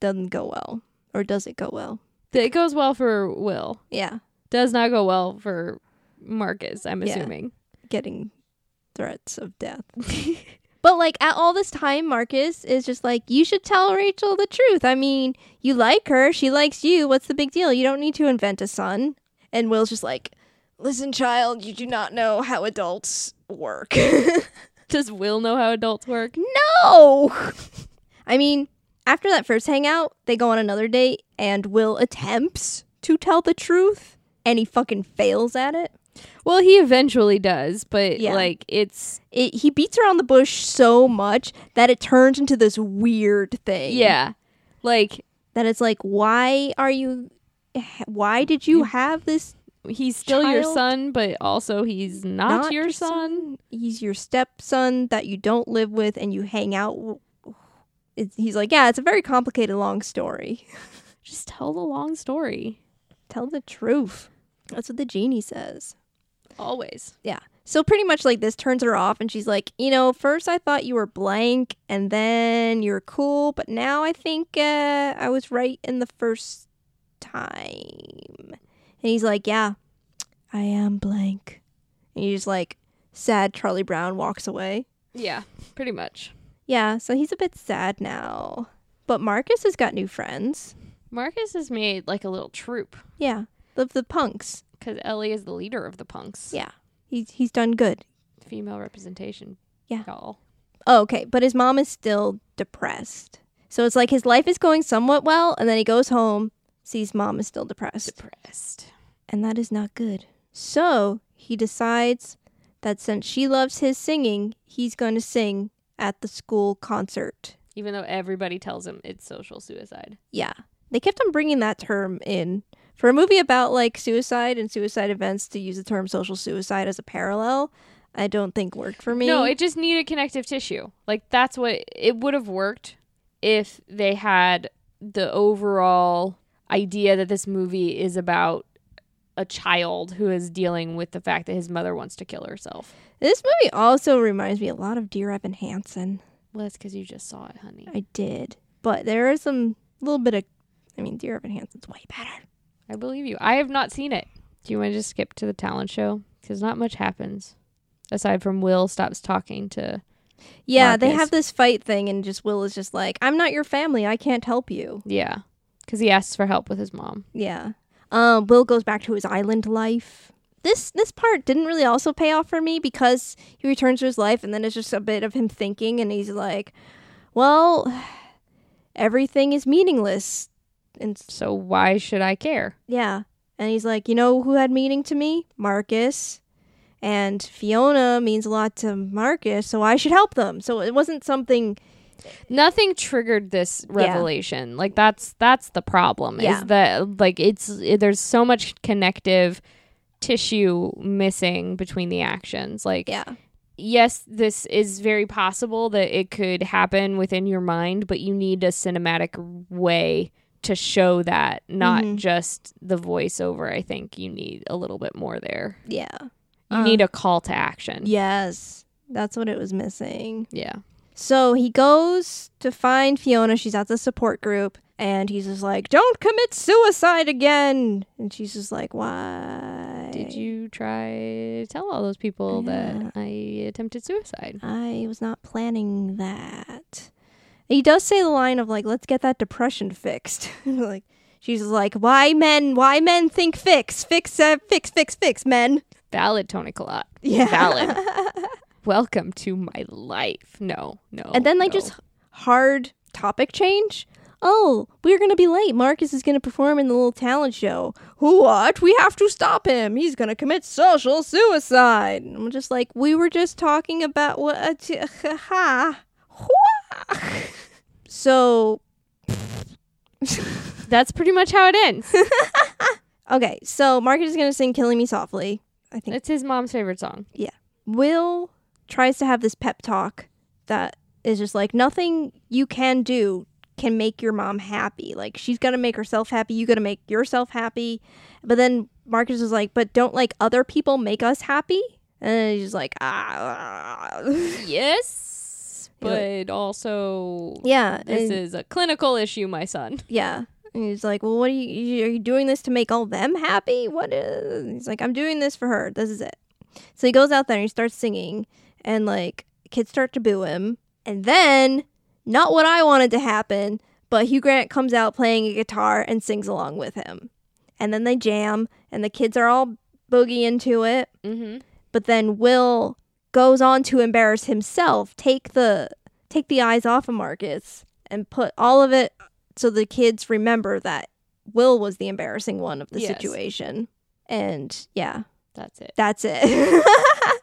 Speaker 2: Doesn't go well. Or does it go well?
Speaker 1: It goes well for Will.
Speaker 2: Yeah.
Speaker 1: Does not go well for Marcus, I'm
Speaker 2: Yeah.
Speaker 1: assuming.
Speaker 2: Getting threats of death. But like at all this time, Marcus is just like, you should tell Rachel the truth. I mean, you like her, she likes you. What's the big deal? You don't need to invent a son. And Will's just like, listen, child, you do not know how adults work.
Speaker 1: Does Will know how adults work?
Speaker 2: no. I mean, after that first hangout, they go on another date, and Will attempts to tell the truth, and he fucking fails at it.
Speaker 1: Well, he eventually does, but
Speaker 2: Yeah.
Speaker 1: like it's
Speaker 2: it he beats around the bush so much that it turns into this weird thing.
Speaker 1: yeah. Like
Speaker 2: that it's like why are you why did you have this
Speaker 1: he's still your
Speaker 2: Child-
Speaker 1: son, but also he's not, your, son.
Speaker 2: he's your stepson that you don't live with and you hang out w- it's, he's like yeah it's a very complicated long story
Speaker 1: Just tell the long story.
Speaker 2: tell the truth that's what the genie says
Speaker 1: Always.
Speaker 2: yeah so pretty much like this turns her off and she's like you know first i thought you were blank and then you're cool but now i think uh, i was right in the first time and he's like yeah i am blank and he's just like sad charlie brown walks away
Speaker 1: Yeah, pretty much.
Speaker 2: yeah so he's a bit sad now but marcus has got new friends
Speaker 1: Marcus has made like a little troop
Speaker 2: yeah of the punks
Speaker 1: because Ellie is the leader of the punks.
Speaker 2: Yeah. he's, he's done good
Speaker 1: Female representation.
Speaker 2: Yeah.
Speaker 1: Y'all.
Speaker 2: Oh, okay. But his mom is still depressed. So it's like his life is going somewhat well, and then he goes home, sees mom is still depressed.
Speaker 1: Depressed.
Speaker 2: And that is not good. So he decides that since she loves his singing, he's going to sing at the school concert.
Speaker 1: Even though everybody tells him it's social suicide.
Speaker 2: Yeah. They kept on bringing that term in. For a movie about like suicide and suicide events to use the term social suicide as a parallel, I don't think worked for me.
Speaker 1: No, it just needed connective tissue. Like that's what it would have worked if they had the overall idea that this movie is about a child who is dealing with the fact that his mother wants to kill herself.
Speaker 2: this movie also reminds me a lot of Dear Evan Hansen.
Speaker 1: Well, that's because you just saw it, honey.
Speaker 2: I did, but there is some little bit of. I mean, Dear Evan Hansen's way better.
Speaker 1: I believe you. I have not seen it. Do you want to just skip to the talent show? Because not much happens aside from Will stops talking to.
Speaker 2: Yeah, they
Speaker 1: Marcus.
Speaker 2: have this fight thing, and just Will is just like, "I'm not your family. I can't help you."
Speaker 1: Yeah, because he asks for help with his mom.
Speaker 2: Yeah. Um, Will goes back to his island life. This this part didn't really also pay off for me because he returns to his life, and then it's just a bit of him thinking, and he's like, "Well, everything is meaningless." And s-
Speaker 1: So why should I care?
Speaker 2: Yeah. And he's like, you know who had meaning to me? Marcus. And Fiona means a lot to Marcus, so I should help them. So it wasn't something.
Speaker 1: Nothing triggered this revelation. Like that's that's the problem.
Speaker 2: Yeah.
Speaker 1: Is that like it's there's so much connective tissue missing between the actions. Like
Speaker 2: Yeah.
Speaker 1: yes, this is very possible that it could happen within your mind, but you need a cinematic way to show that, not
Speaker 2: Mhm.
Speaker 1: just the voiceover. I think you need a little bit more there.
Speaker 2: Yeah.
Speaker 1: You
Speaker 2: Uh,
Speaker 1: need a call to action.
Speaker 2: Yes. That's what it was missing.
Speaker 1: Yeah.
Speaker 2: So he goes to find Fiona. She's at the support group. And he's just like, don't commit suicide again. And she's just like, why?
Speaker 1: Did you try to tell all those people
Speaker 2: Yeah.
Speaker 1: that I attempted suicide?
Speaker 2: I was not planning that. He does say the line of like, "Let's get that depression fixed." like she's like, "Why men? Why men think fix, fix, uh, fix, fix, fix, men?"
Speaker 1: Valid, Tony Collette.
Speaker 2: Yeah,
Speaker 1: Valid. welcome to my life. No, no.
Speaker 2: and then they
Speaker 1: Oh, no.
Speaker 2: just hard topic change. Oh, we're gonna be late. Marcus is gonna perform in the little talent show. What? We have to stop him. He's gonna commit social suicide. And I'm just like, we were just talking about what? uh, t- ha. Wha- so,
Speaker 1: That's pretty much how it ends.
Speaker 2: okay, so Marcus is gonna sing "Killing Me Softly." I think
Speaker 1: it's his mom's favorite song.
Speaker 2: Will tries to have this pep talk that is just like nothing you can do can make your mom happy. Like she's got to make herself happy, you got to make yourself happy. But then Marcus is like, "But don't like other people make us happy?" And he's like, "Ah."
Speaker 1: Yes. But also
Speaker 2: yeah.
Speaker 1: this
Speaker 2: and-
Speaker 1: is a clinical issue, my son.
Speaker 2: Yeah. And he's like, "Well, what are you are you doing this to make all them happy? What is?" and He's like, "I'm doing this for her. This is it." So he goes out there and he starts singing and like kids start to boo him. And then not what I wanted to happen, but Hugh Grant comes out playing a guitar and sings along with him. And then they jam and the kids are all boogie into it
Speaker 1: Mm-hmm.
Speaker 2: but then Will goes on to embarrass himself, take the take the eyes off of Marcus and put all of it so the kids remember that Will was the embarrassing one of the
Speaker 1: Yes.
Speaker 2: situation. And yeah,
Speaker 1: That's it.
Speaker 2: that's it.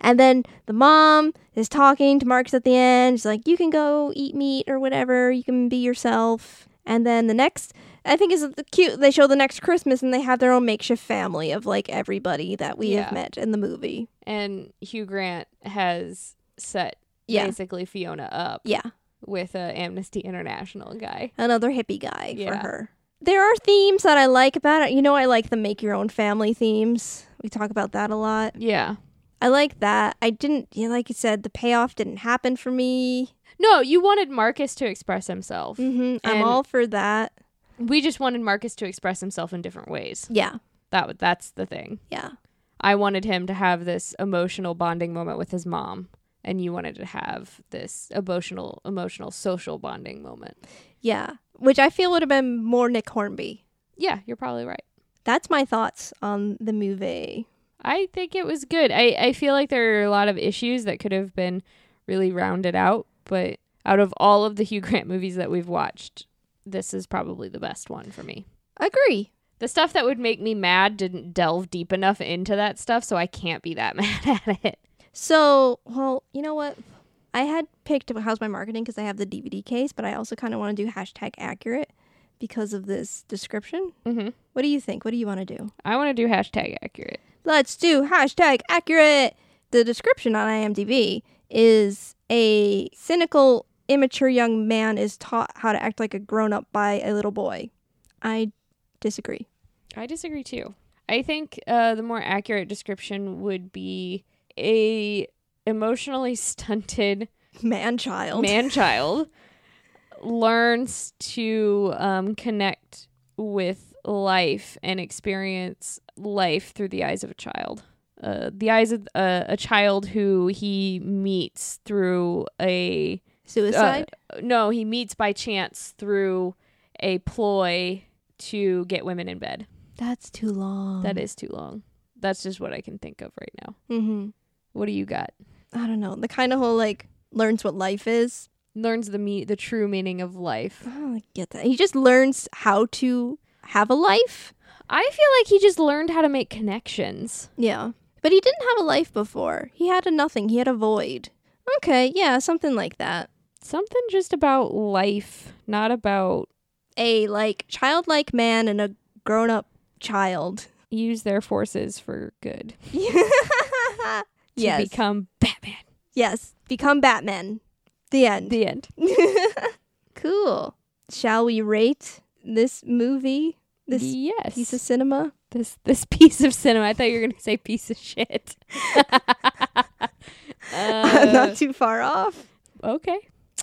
Speaker 2: and then the mom is talking to Marcus at the end. She's like, "You can go eat meat or whatever. You can be yourself." And then the next, I think, is the cute. They show the next Christmas, and they have their own makeshift family of like everybody that we have
Speaker 1: Yeah.
Speaker 2: met in the movie.
Speaker 1: And Hugh Grant has set
Speaker 2: Yeah,
Speaker 1: basically Fiona up
Speaker 2: yeah,
Speaker 1: with a Amnesty International guy.
Speaker 2: another hippie guy
Speaker 1: Yeah.
Speaker 2: for her. There are themes that I like about it. You know, I like the make your own family themes. We talk about that a lot.
Speaker 1: Yeah.
Speaker 2: I like that. I didn't, yeah, like you said, the payoff didn't happen for me.
Speaker 1: No, you wanted Marcus to express himself.
Speaker 2: hmm I'm
Speaker 1: And-
Speaker 2: all for that.
Speaker 1: We just wanted Marcus to express himself in different ways.
Speaker 2: Yeah,
Speaker 1: That w- that's the thing.
Speaker 2: yeah,
Speaker 1: I wanted him to have this emotional bonding moment with his mom, and you wanted to have this emotional emotional social bonding moment.
Speaker 2: yeah. Which I feel would have been more Nick Hornby.
Speaker 1: Yeah, you're probably right.
Speaker 2: That's my thoughts on the movie.
Speaker 1: I think it was good. I, I feel like there are a lot of issues that could have been really rounded out, but out of all of the Hugh Grant movies that we've watched, this is probably the best one for me.
Speaker 2: Agree.
Speaker 1: The stuff that would make me mad didn't delve deep enough into that stuff, so I can't be that mad at it.
Speaker 2: So, well, you know what? I had picked How's My Marketing because I have the DVD case, but I also kind of want to do hashtag accurate because of this description.
Speaker 1: hmm
Speaker 2: What do you think? What do you want to do?
Speaker 1: I want to do hashtag accurate.
Speaker 2: Let's do hashtag accurate. The description on IMDb is a cynical, immature young man is taught how to act like a grown up by a little boy. I disagree.
Speaker 1: I disagree too. I think uh, the more accurate description would be a emotionally stunted
Speaker 2: Man child.
Speaker 1: man child learns to um, connect with life and experience life through the eyes of a child. Uh, the eyes of uh, a child who he meets through a uh,
Speaker 2: Suicide?
Speaker 1: no, he meets by chance through a ploy to get women in bed.
Speaker 2: That's too long.
Speaker 1: That is too long. That's just what I can think of right now.
Speaker 2: Mm-hmm.
Speaker 1: What do you got?
Speaker 2: I don't know. The kind of whole like learns what life is.
Speaker 1: Learns the me- the true meaning of life.
Speaker 2: Oh, I don't get that. He just learns how to have a life.
Speaker 1: I feel like he just learned how to make connections.
Speaker 2: Yeah. But he didn't have a life before. He had a nothing. He had a void. Okay. Yeah. Something like that.
Speaker 1: Something just about life, not about
Speaker 2: a like childlike man and a grown up child.
Speaker 1: use their forces for good. To
Speaker 2: yes.
Speaker 1: become Batman.
Speaker 2: yes. Become Batman. The end.
Speaker 1: The end.
Speaker 2: cool. Shall we rate this movie? This
Speaker 1: yes.
Speaker 2: piece of cinema?
Speaker 1: this this piece of cinema. I thought you were gonna say piece of shit.
Speaker 2: I'm
Speaker 1: Uh,
Speaker 2: not too far off.
Speaker 1: okay.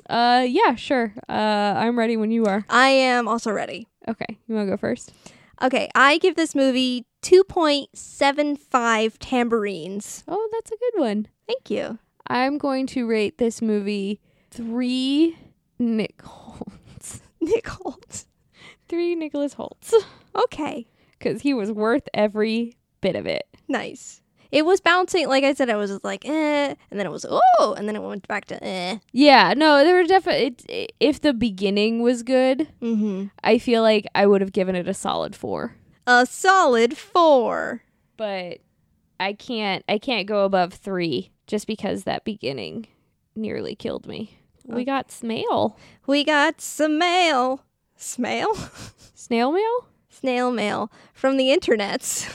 Speaker 1: Uh, yeah, sure. Uh, I'm ready when you are.
Speaker 2: I am also ready.
Speaker 1: Okay, you wanna go first?
Speaker 2: Okay, I give this movie 2.75 tambourines.
Speaker 1: Oh, that's a good one.
Speaker 2: Thank you.
Speaker 1: I'm going to rate this movie three Nick Holtz.
Speaker 2: Nick Holt.
Speaker 1: Three Nicholas Holtz.
Speaker 2: Okay,
Speaker 1: Because he was worth every bit of it.
Speaker 2: nice. It was bouncing. Like I said, I was just like, eh, and then it was oh, and then it went back to eh.
Speaker 1: Yeah, no, there were definitely. If the beginning was good,
Speaker 2: Mm-hmm.
Speaker 1: I feel like I would have given it a solid four.
Speaker 2: A solid four.
Speaker 1: But I can't. I can't go above three just because that beginning nearly killed me. We got snail,
Speaker 2: We got some mail, snail,
Speaker 1: snail mail,
Speaker 2: snail mail from the internets.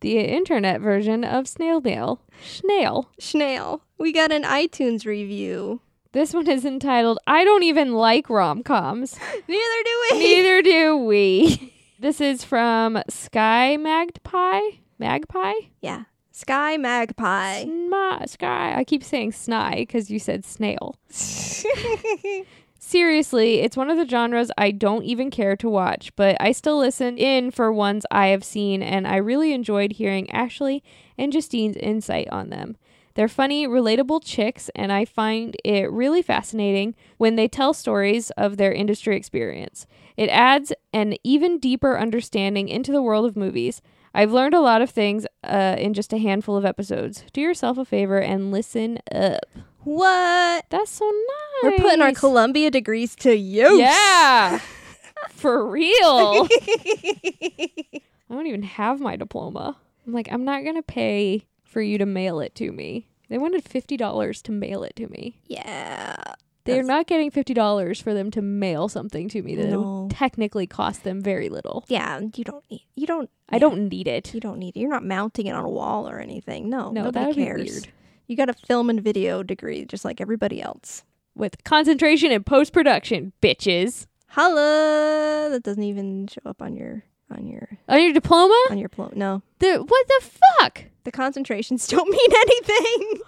Speaker 1: the internet version of snail mail. Snail.
Speaker 2: Snail. We got an iTunes review.
Speaker 1: This one is entitled "I don't even like rom coms."
Speaker 2: Neither do we.
Speaker 1: Neither do we. This is from Sky Magpie. Magpie?
Speaker 2: yeah. Sky Magpie.
Speaker 1: Sni- Sky. I keep saying sny because you said snail. Seriously, it's one of the genres I don't even care to watch, but I still listen in for ones I have seen, and I really enjoyed hearing Ashley and Justine's insight on them. They're funny, relatable chicks, and I find it really fascinating when they tell stories of their industry experience. It adds an even deeper understanding into the world of movies. I've learned a lot of things uh, in just a handful of episodes. Do yourself a favor and listen up.
Speaker 2: what?
Speaker 1: That's so nice.
Speaker 2: We're putting our Columbia degrees to use.
Speaker 1: Yeah. For real. I don't even have my diploma. I'm like, I'm not going to pay for you to mail it to me. They wanted $50 to mail it to me.
Speaker 2: Yeah.
Speaker 1: They're
Speaker 2: That's-
Speaker 1: not getting $50 for them to mail something to me that it
Speaker 2: No.
Speaker 1: would technically cost them very little.
Speaker 2: Yeah. You don't need. You don't.
Speaker 1: I don't need it.
Speaker 2: You don't need. You're not mounting it on a wall or anything. No.
Speaker 1: No,
Speaker 2: nobody
Speaker 1: that would be
Speaker 2: cares.
Speaker 1: weird.
Speaker 2: You got a film and video degree, just like everybody else.
Speaker 1: With concentration and post production, bitches.
Speaker 2: Holla! That doesn't even show up on your on your
Speaker 1: On your diploma?
Speaker 2: on your plo- No,
Speaker 1: The, what the fuck?
Speaker 2: the concentrations don't mean anything.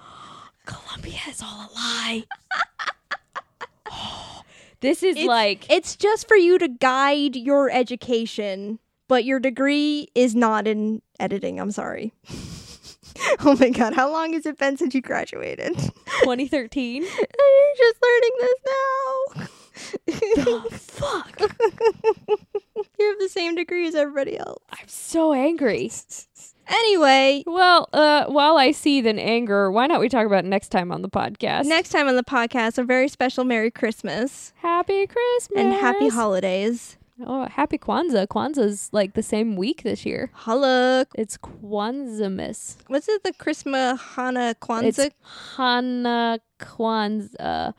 Speaker 1: Columbia is all a lie. this is
Speaker 2: It's-
Speaker 1: like
Speaker 2: It's just for you to guide your education, but your degree is not in editing. I'm sorry. oh my god, how long has it been since you graduated?
Speaker 1: 2013.
Speaker 2: You're just learning this now.
Speaker 1: the fuck?
Speaker 2: you have the same degree as everybody else.
Speaker 1: I'm so angry.
Speaker 2: Anyway,
Speaker 1: Well, uh, while I seethe in anger, why not we talk about it next time on the podcast?
Speaker 2: next time on the podcast, a very special Merry Christmas
Speaker 1: happy Christmas
Speaker 2: and happy holidays.
Speaker 1: Oh, happy Kwanzaa! Kwanzaa's like the same week this year.
Speaker 2: Holla.
Speaker 1: It's Kwanzaamas.
Speaker 2: What's it? The Christmas Hana
Speaker 1: It's
Speaker 2: Kwanzaa?
Speaker 1: Hana Kwanzaa.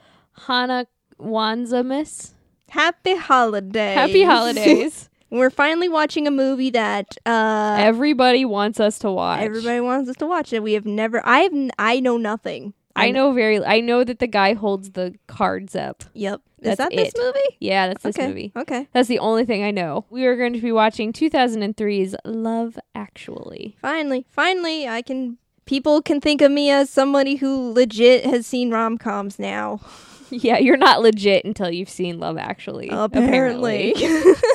Speaker 1: Hana Kwanzaamas.
Speaker 2: Happy holidays.
Speaker 1: Happy holidays!
Speaker 2: We're finally watching a movie that uh,
Speaker 1: Everybody wants us to watch.
Speaker 2: everybody wants us to watch. That we have never. I have. n- I know nothing.
Speaker 1: I know very. I know that the guy holds the cards up.
Speaker 2: Yep.
Speaker 1: That's
Speaker 2: Is that this
Speaker 1: it.
Speaker 2: movie?
Speaker 1: Yeah, that's this
Speaker 2: okay.
Speaker 1: movie.
Speaker 2: Okay.
Speaker 1: That's the only thing I know. We are going to be watching 2003's Love Actually.
Speaker 2: Finally, finally, I can. People can think of me as somebody who legit has seen rom coms now.
Speaker 1: Yeah, you're not legit until you've seen Love Actually.
Speaker 2: Apparently.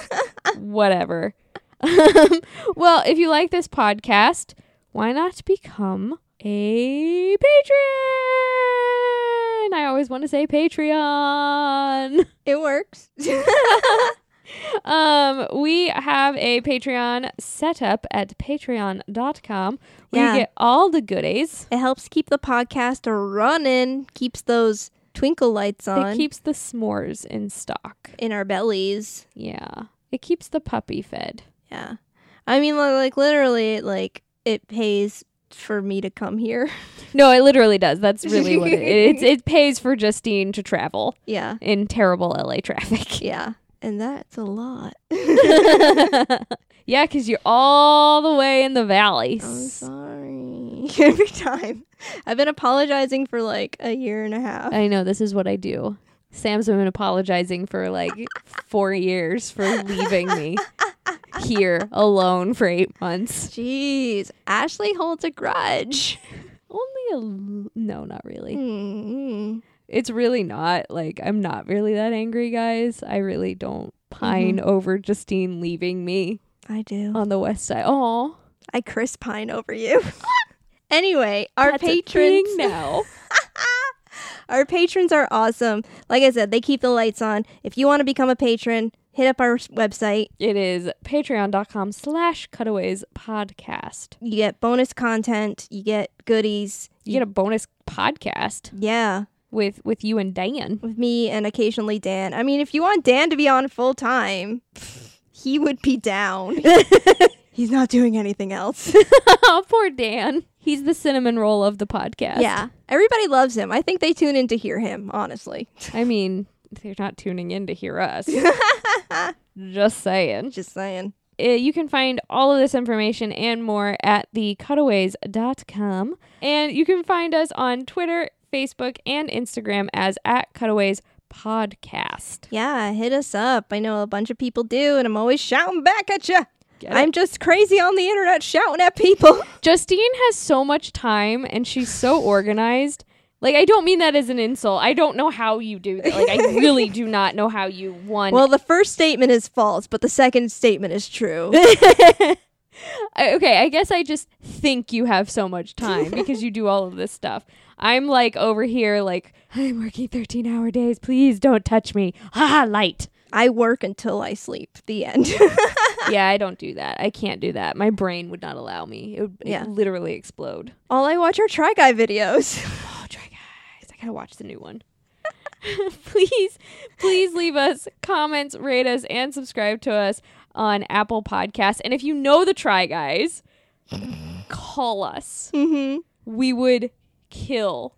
Speaker 1: Whatever. well, if you like this podcast, why not become a patron? I always want to say Patreon.
Speaker 2: it works.
Speaker 1: Um, we have a Patreon set up at patreon.com where
Speaker 2: Yeah.
Speaker 1: you get all the goodies.
Speaker 2: It helps keep the podcast running, keeps those twinkle lights on
Speaker 1: It keeps the s'mores in stock.
Speaker 2: in our bellies.
Speaker 1: Yeah. It keeps the puppy fed.
Speaker 2: Yeah. I mean, li- like, literally, it, like, it pays for me to come here.
Speaker 1: No, it literally does. That's really what it is. It, it pays for Justine to travel
Speaker 2: Yeah.
Speaker 1: in terrible LA traffic.
Speaker 2: Yeah. And that's a lot.
Speaker 1: yeah, because you're all the way in the valley.
Speaker 2: I'm sorry. Every time. I've been apologizing for like a year and a half.
Speaker 1: I know. This is what I do. Sam's been apologizing for like four years for leaving me here alone for eight months.
Speaker 2: Jeez. Ashley holds a grudge.
Speaker 1: Only a l- no, not really.
Speaker 2: Mm.
Speaker 1: it's really not like I'm not really that angry, guys. I really don't pine
Speaker 2: Mm-hmm.
Speaker 1: over Justine leaving me
Speaker 2: I do.
Speaker 1: on the west side. Oh,
Speaker 2: I Chris Pine over you. anyway, our
Speaker 1: that's a
Speaker 2: patrons
Speaker 1: thing now.
Speaker 2: our patrons are awesome. Like I said, they keep the lights on. If you want to become a patron, hit up our s- website.
Speaker 1: It is patreon.com slash cutaways podcast.
Speaker 2: You get bonus content. You get goodies.
Speaker 1: You get a bonus podcast
Speaker 2: Yeah,
Speaker 1: with with you and Dan.
Speaker 2: with me and occasionally Dan. I mean, if you want Dan to be on full time, he would be down. He's not doing anything else.
Speaker 1: oh, poor Dan. He's the cinnamon roll of the podcast.
Speaker 2: yeah, everybody loves him. I think they tune in to hear him. Honestly,
Speaker 1: I mean, they're not tuning in to hear us. Just saying.
Speaker 2: just saying.
Speaker 1: Uh, you can find all of this information and more at thecutaways.com. And you can find us on Twitter, Facebook, and Instagram as at Cutaways Podcast.
Speaker 2: Yeah, hit us up. I know a bunch of people do, and I'm always shouting back at you.
Speaker 1: Get it?
Speaker 2: I'm just crazy on the internet shouting at people.
Speaker 1: Justine has so much time and she's so organized. Like I don't mean that as an insult. I don't know how you do that. Like I really do not know how you one.
Speaker 2: Well, the first statement is false, but the second statement is true.
Speaker 1: I- okay, I guess I just think you have so much time because you do all of this stuff. I'm like over here like I'm working 13-hour days. Please don't touch me. Ha light.
Speaker 2: I work until I sleep. The end.
Speaker 1: yeah, I don't do that. I can't do that. My brain would not allow me. It would it'd
Speaker 2: Yeah.
Speaker 1: literally explode.
Speaker 2: All I watch are Try Guy videos.
Speaker 1: Oh, Try Guys. I gotta watch the new one. please, please leave us comments, rate us, and subscribe to us on Apple Podcasts. And if you know the Try Guys, call us.
Speaker 2: hmm
Speaker 1: We would kill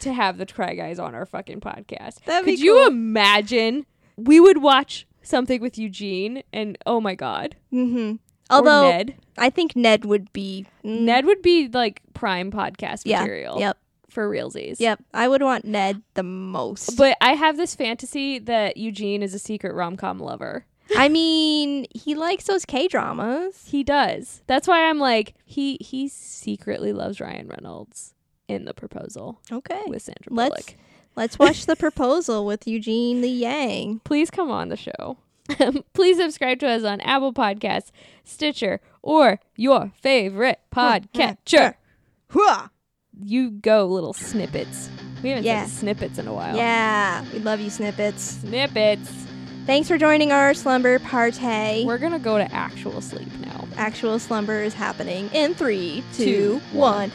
Speaker 1: to have the Try Guys on our fucking podcast.
Speaker 2: That'd be
Speaker 1: Could you
Speaker 2: cool.
Speaker 1: imagine? We would watch something with Eugene, and oh my god.
Speaker 2: hmm
Speaker 1: Or
Speaker 2: Although
Speaker 1: Ned.
Speaker 2: I think Ned would be mm,
Speaker 1: Ned would be like prime podcast
Speaker 2: yeah,
Speaker 1: material
Speaker 2: Yep,
Speaker 1: for realsies.
Speaker 2: yep. I would want Ned the most.
Speaker 1: But I have this fantasy that Eugene is a secret rom com lover.
Speaker 2: I mean, he likes those K dramas.
Speaker 1: He does. That's why I'm like he he secretly loves Ryan Reynolds in the proposal
Speaker 2: Okay,
Speaker 1: with Sandra Bullock.
Speaker 2: Let's- let's watch the proposal with Eugene the Yang.
Speaker 1: Please come on the show. Please subscribe to us on Apple Podcasts, Stitcher, or your favorite podcatcher.
Speaker 2: Hua!
Speaker 1: You go, little snippets. We haven't
Speaker 2: Yeah.
Speaker 1: said snippets in a while.
Speaker 2: Yeah, we love you, snippets.
Speaker 1: Snippets.
Speaker 2: Thanks for joining our slumber party.
Speaker 1: We're gonna go to actual sleep now.
Speaker 2: Actual slumber is happening in three, two,
Speaker 1: Two,
Speaker 2: one.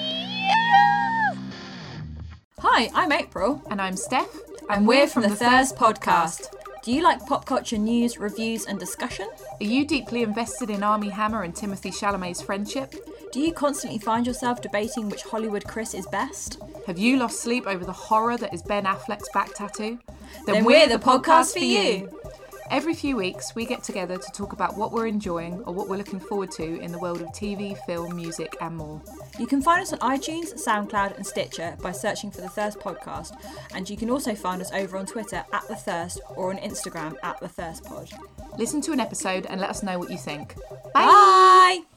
Speaker 2: Bye.
Speaker 3: Hi, I'm April.
Speaker 4: and I'm Steph.
Speaker 3: And we're from the Thurs Podcast. Do you like pop culture news, reviews, and discussion?
Speaker 4: Are you deeply invested in Army Hammer and Timothy Chalamet's friendship?
Speaker 3: Do you constantly find yourself debating which Hollywood Chris is best?
Speaker 4: Have you lost sleep over the horror that is Ben Affleck's back tattoo?
Speaker 3: Then we're the podcast for you.
Speaker 4: Every few weeks, we get together to talk about what we're enjoying or what we're looking forward to in the world of TV, film, music, and more.
Speaker 3: You can find us on iTunes, SoundCloud, and Stitcher by searching for The Thirst Podcast. And you can also find us over on Twitter at The Thirst or on Instagram at The Thirst Pod.
Speaker 4: Listen to an episode and let us know what you think.
Speaker 3: Bye!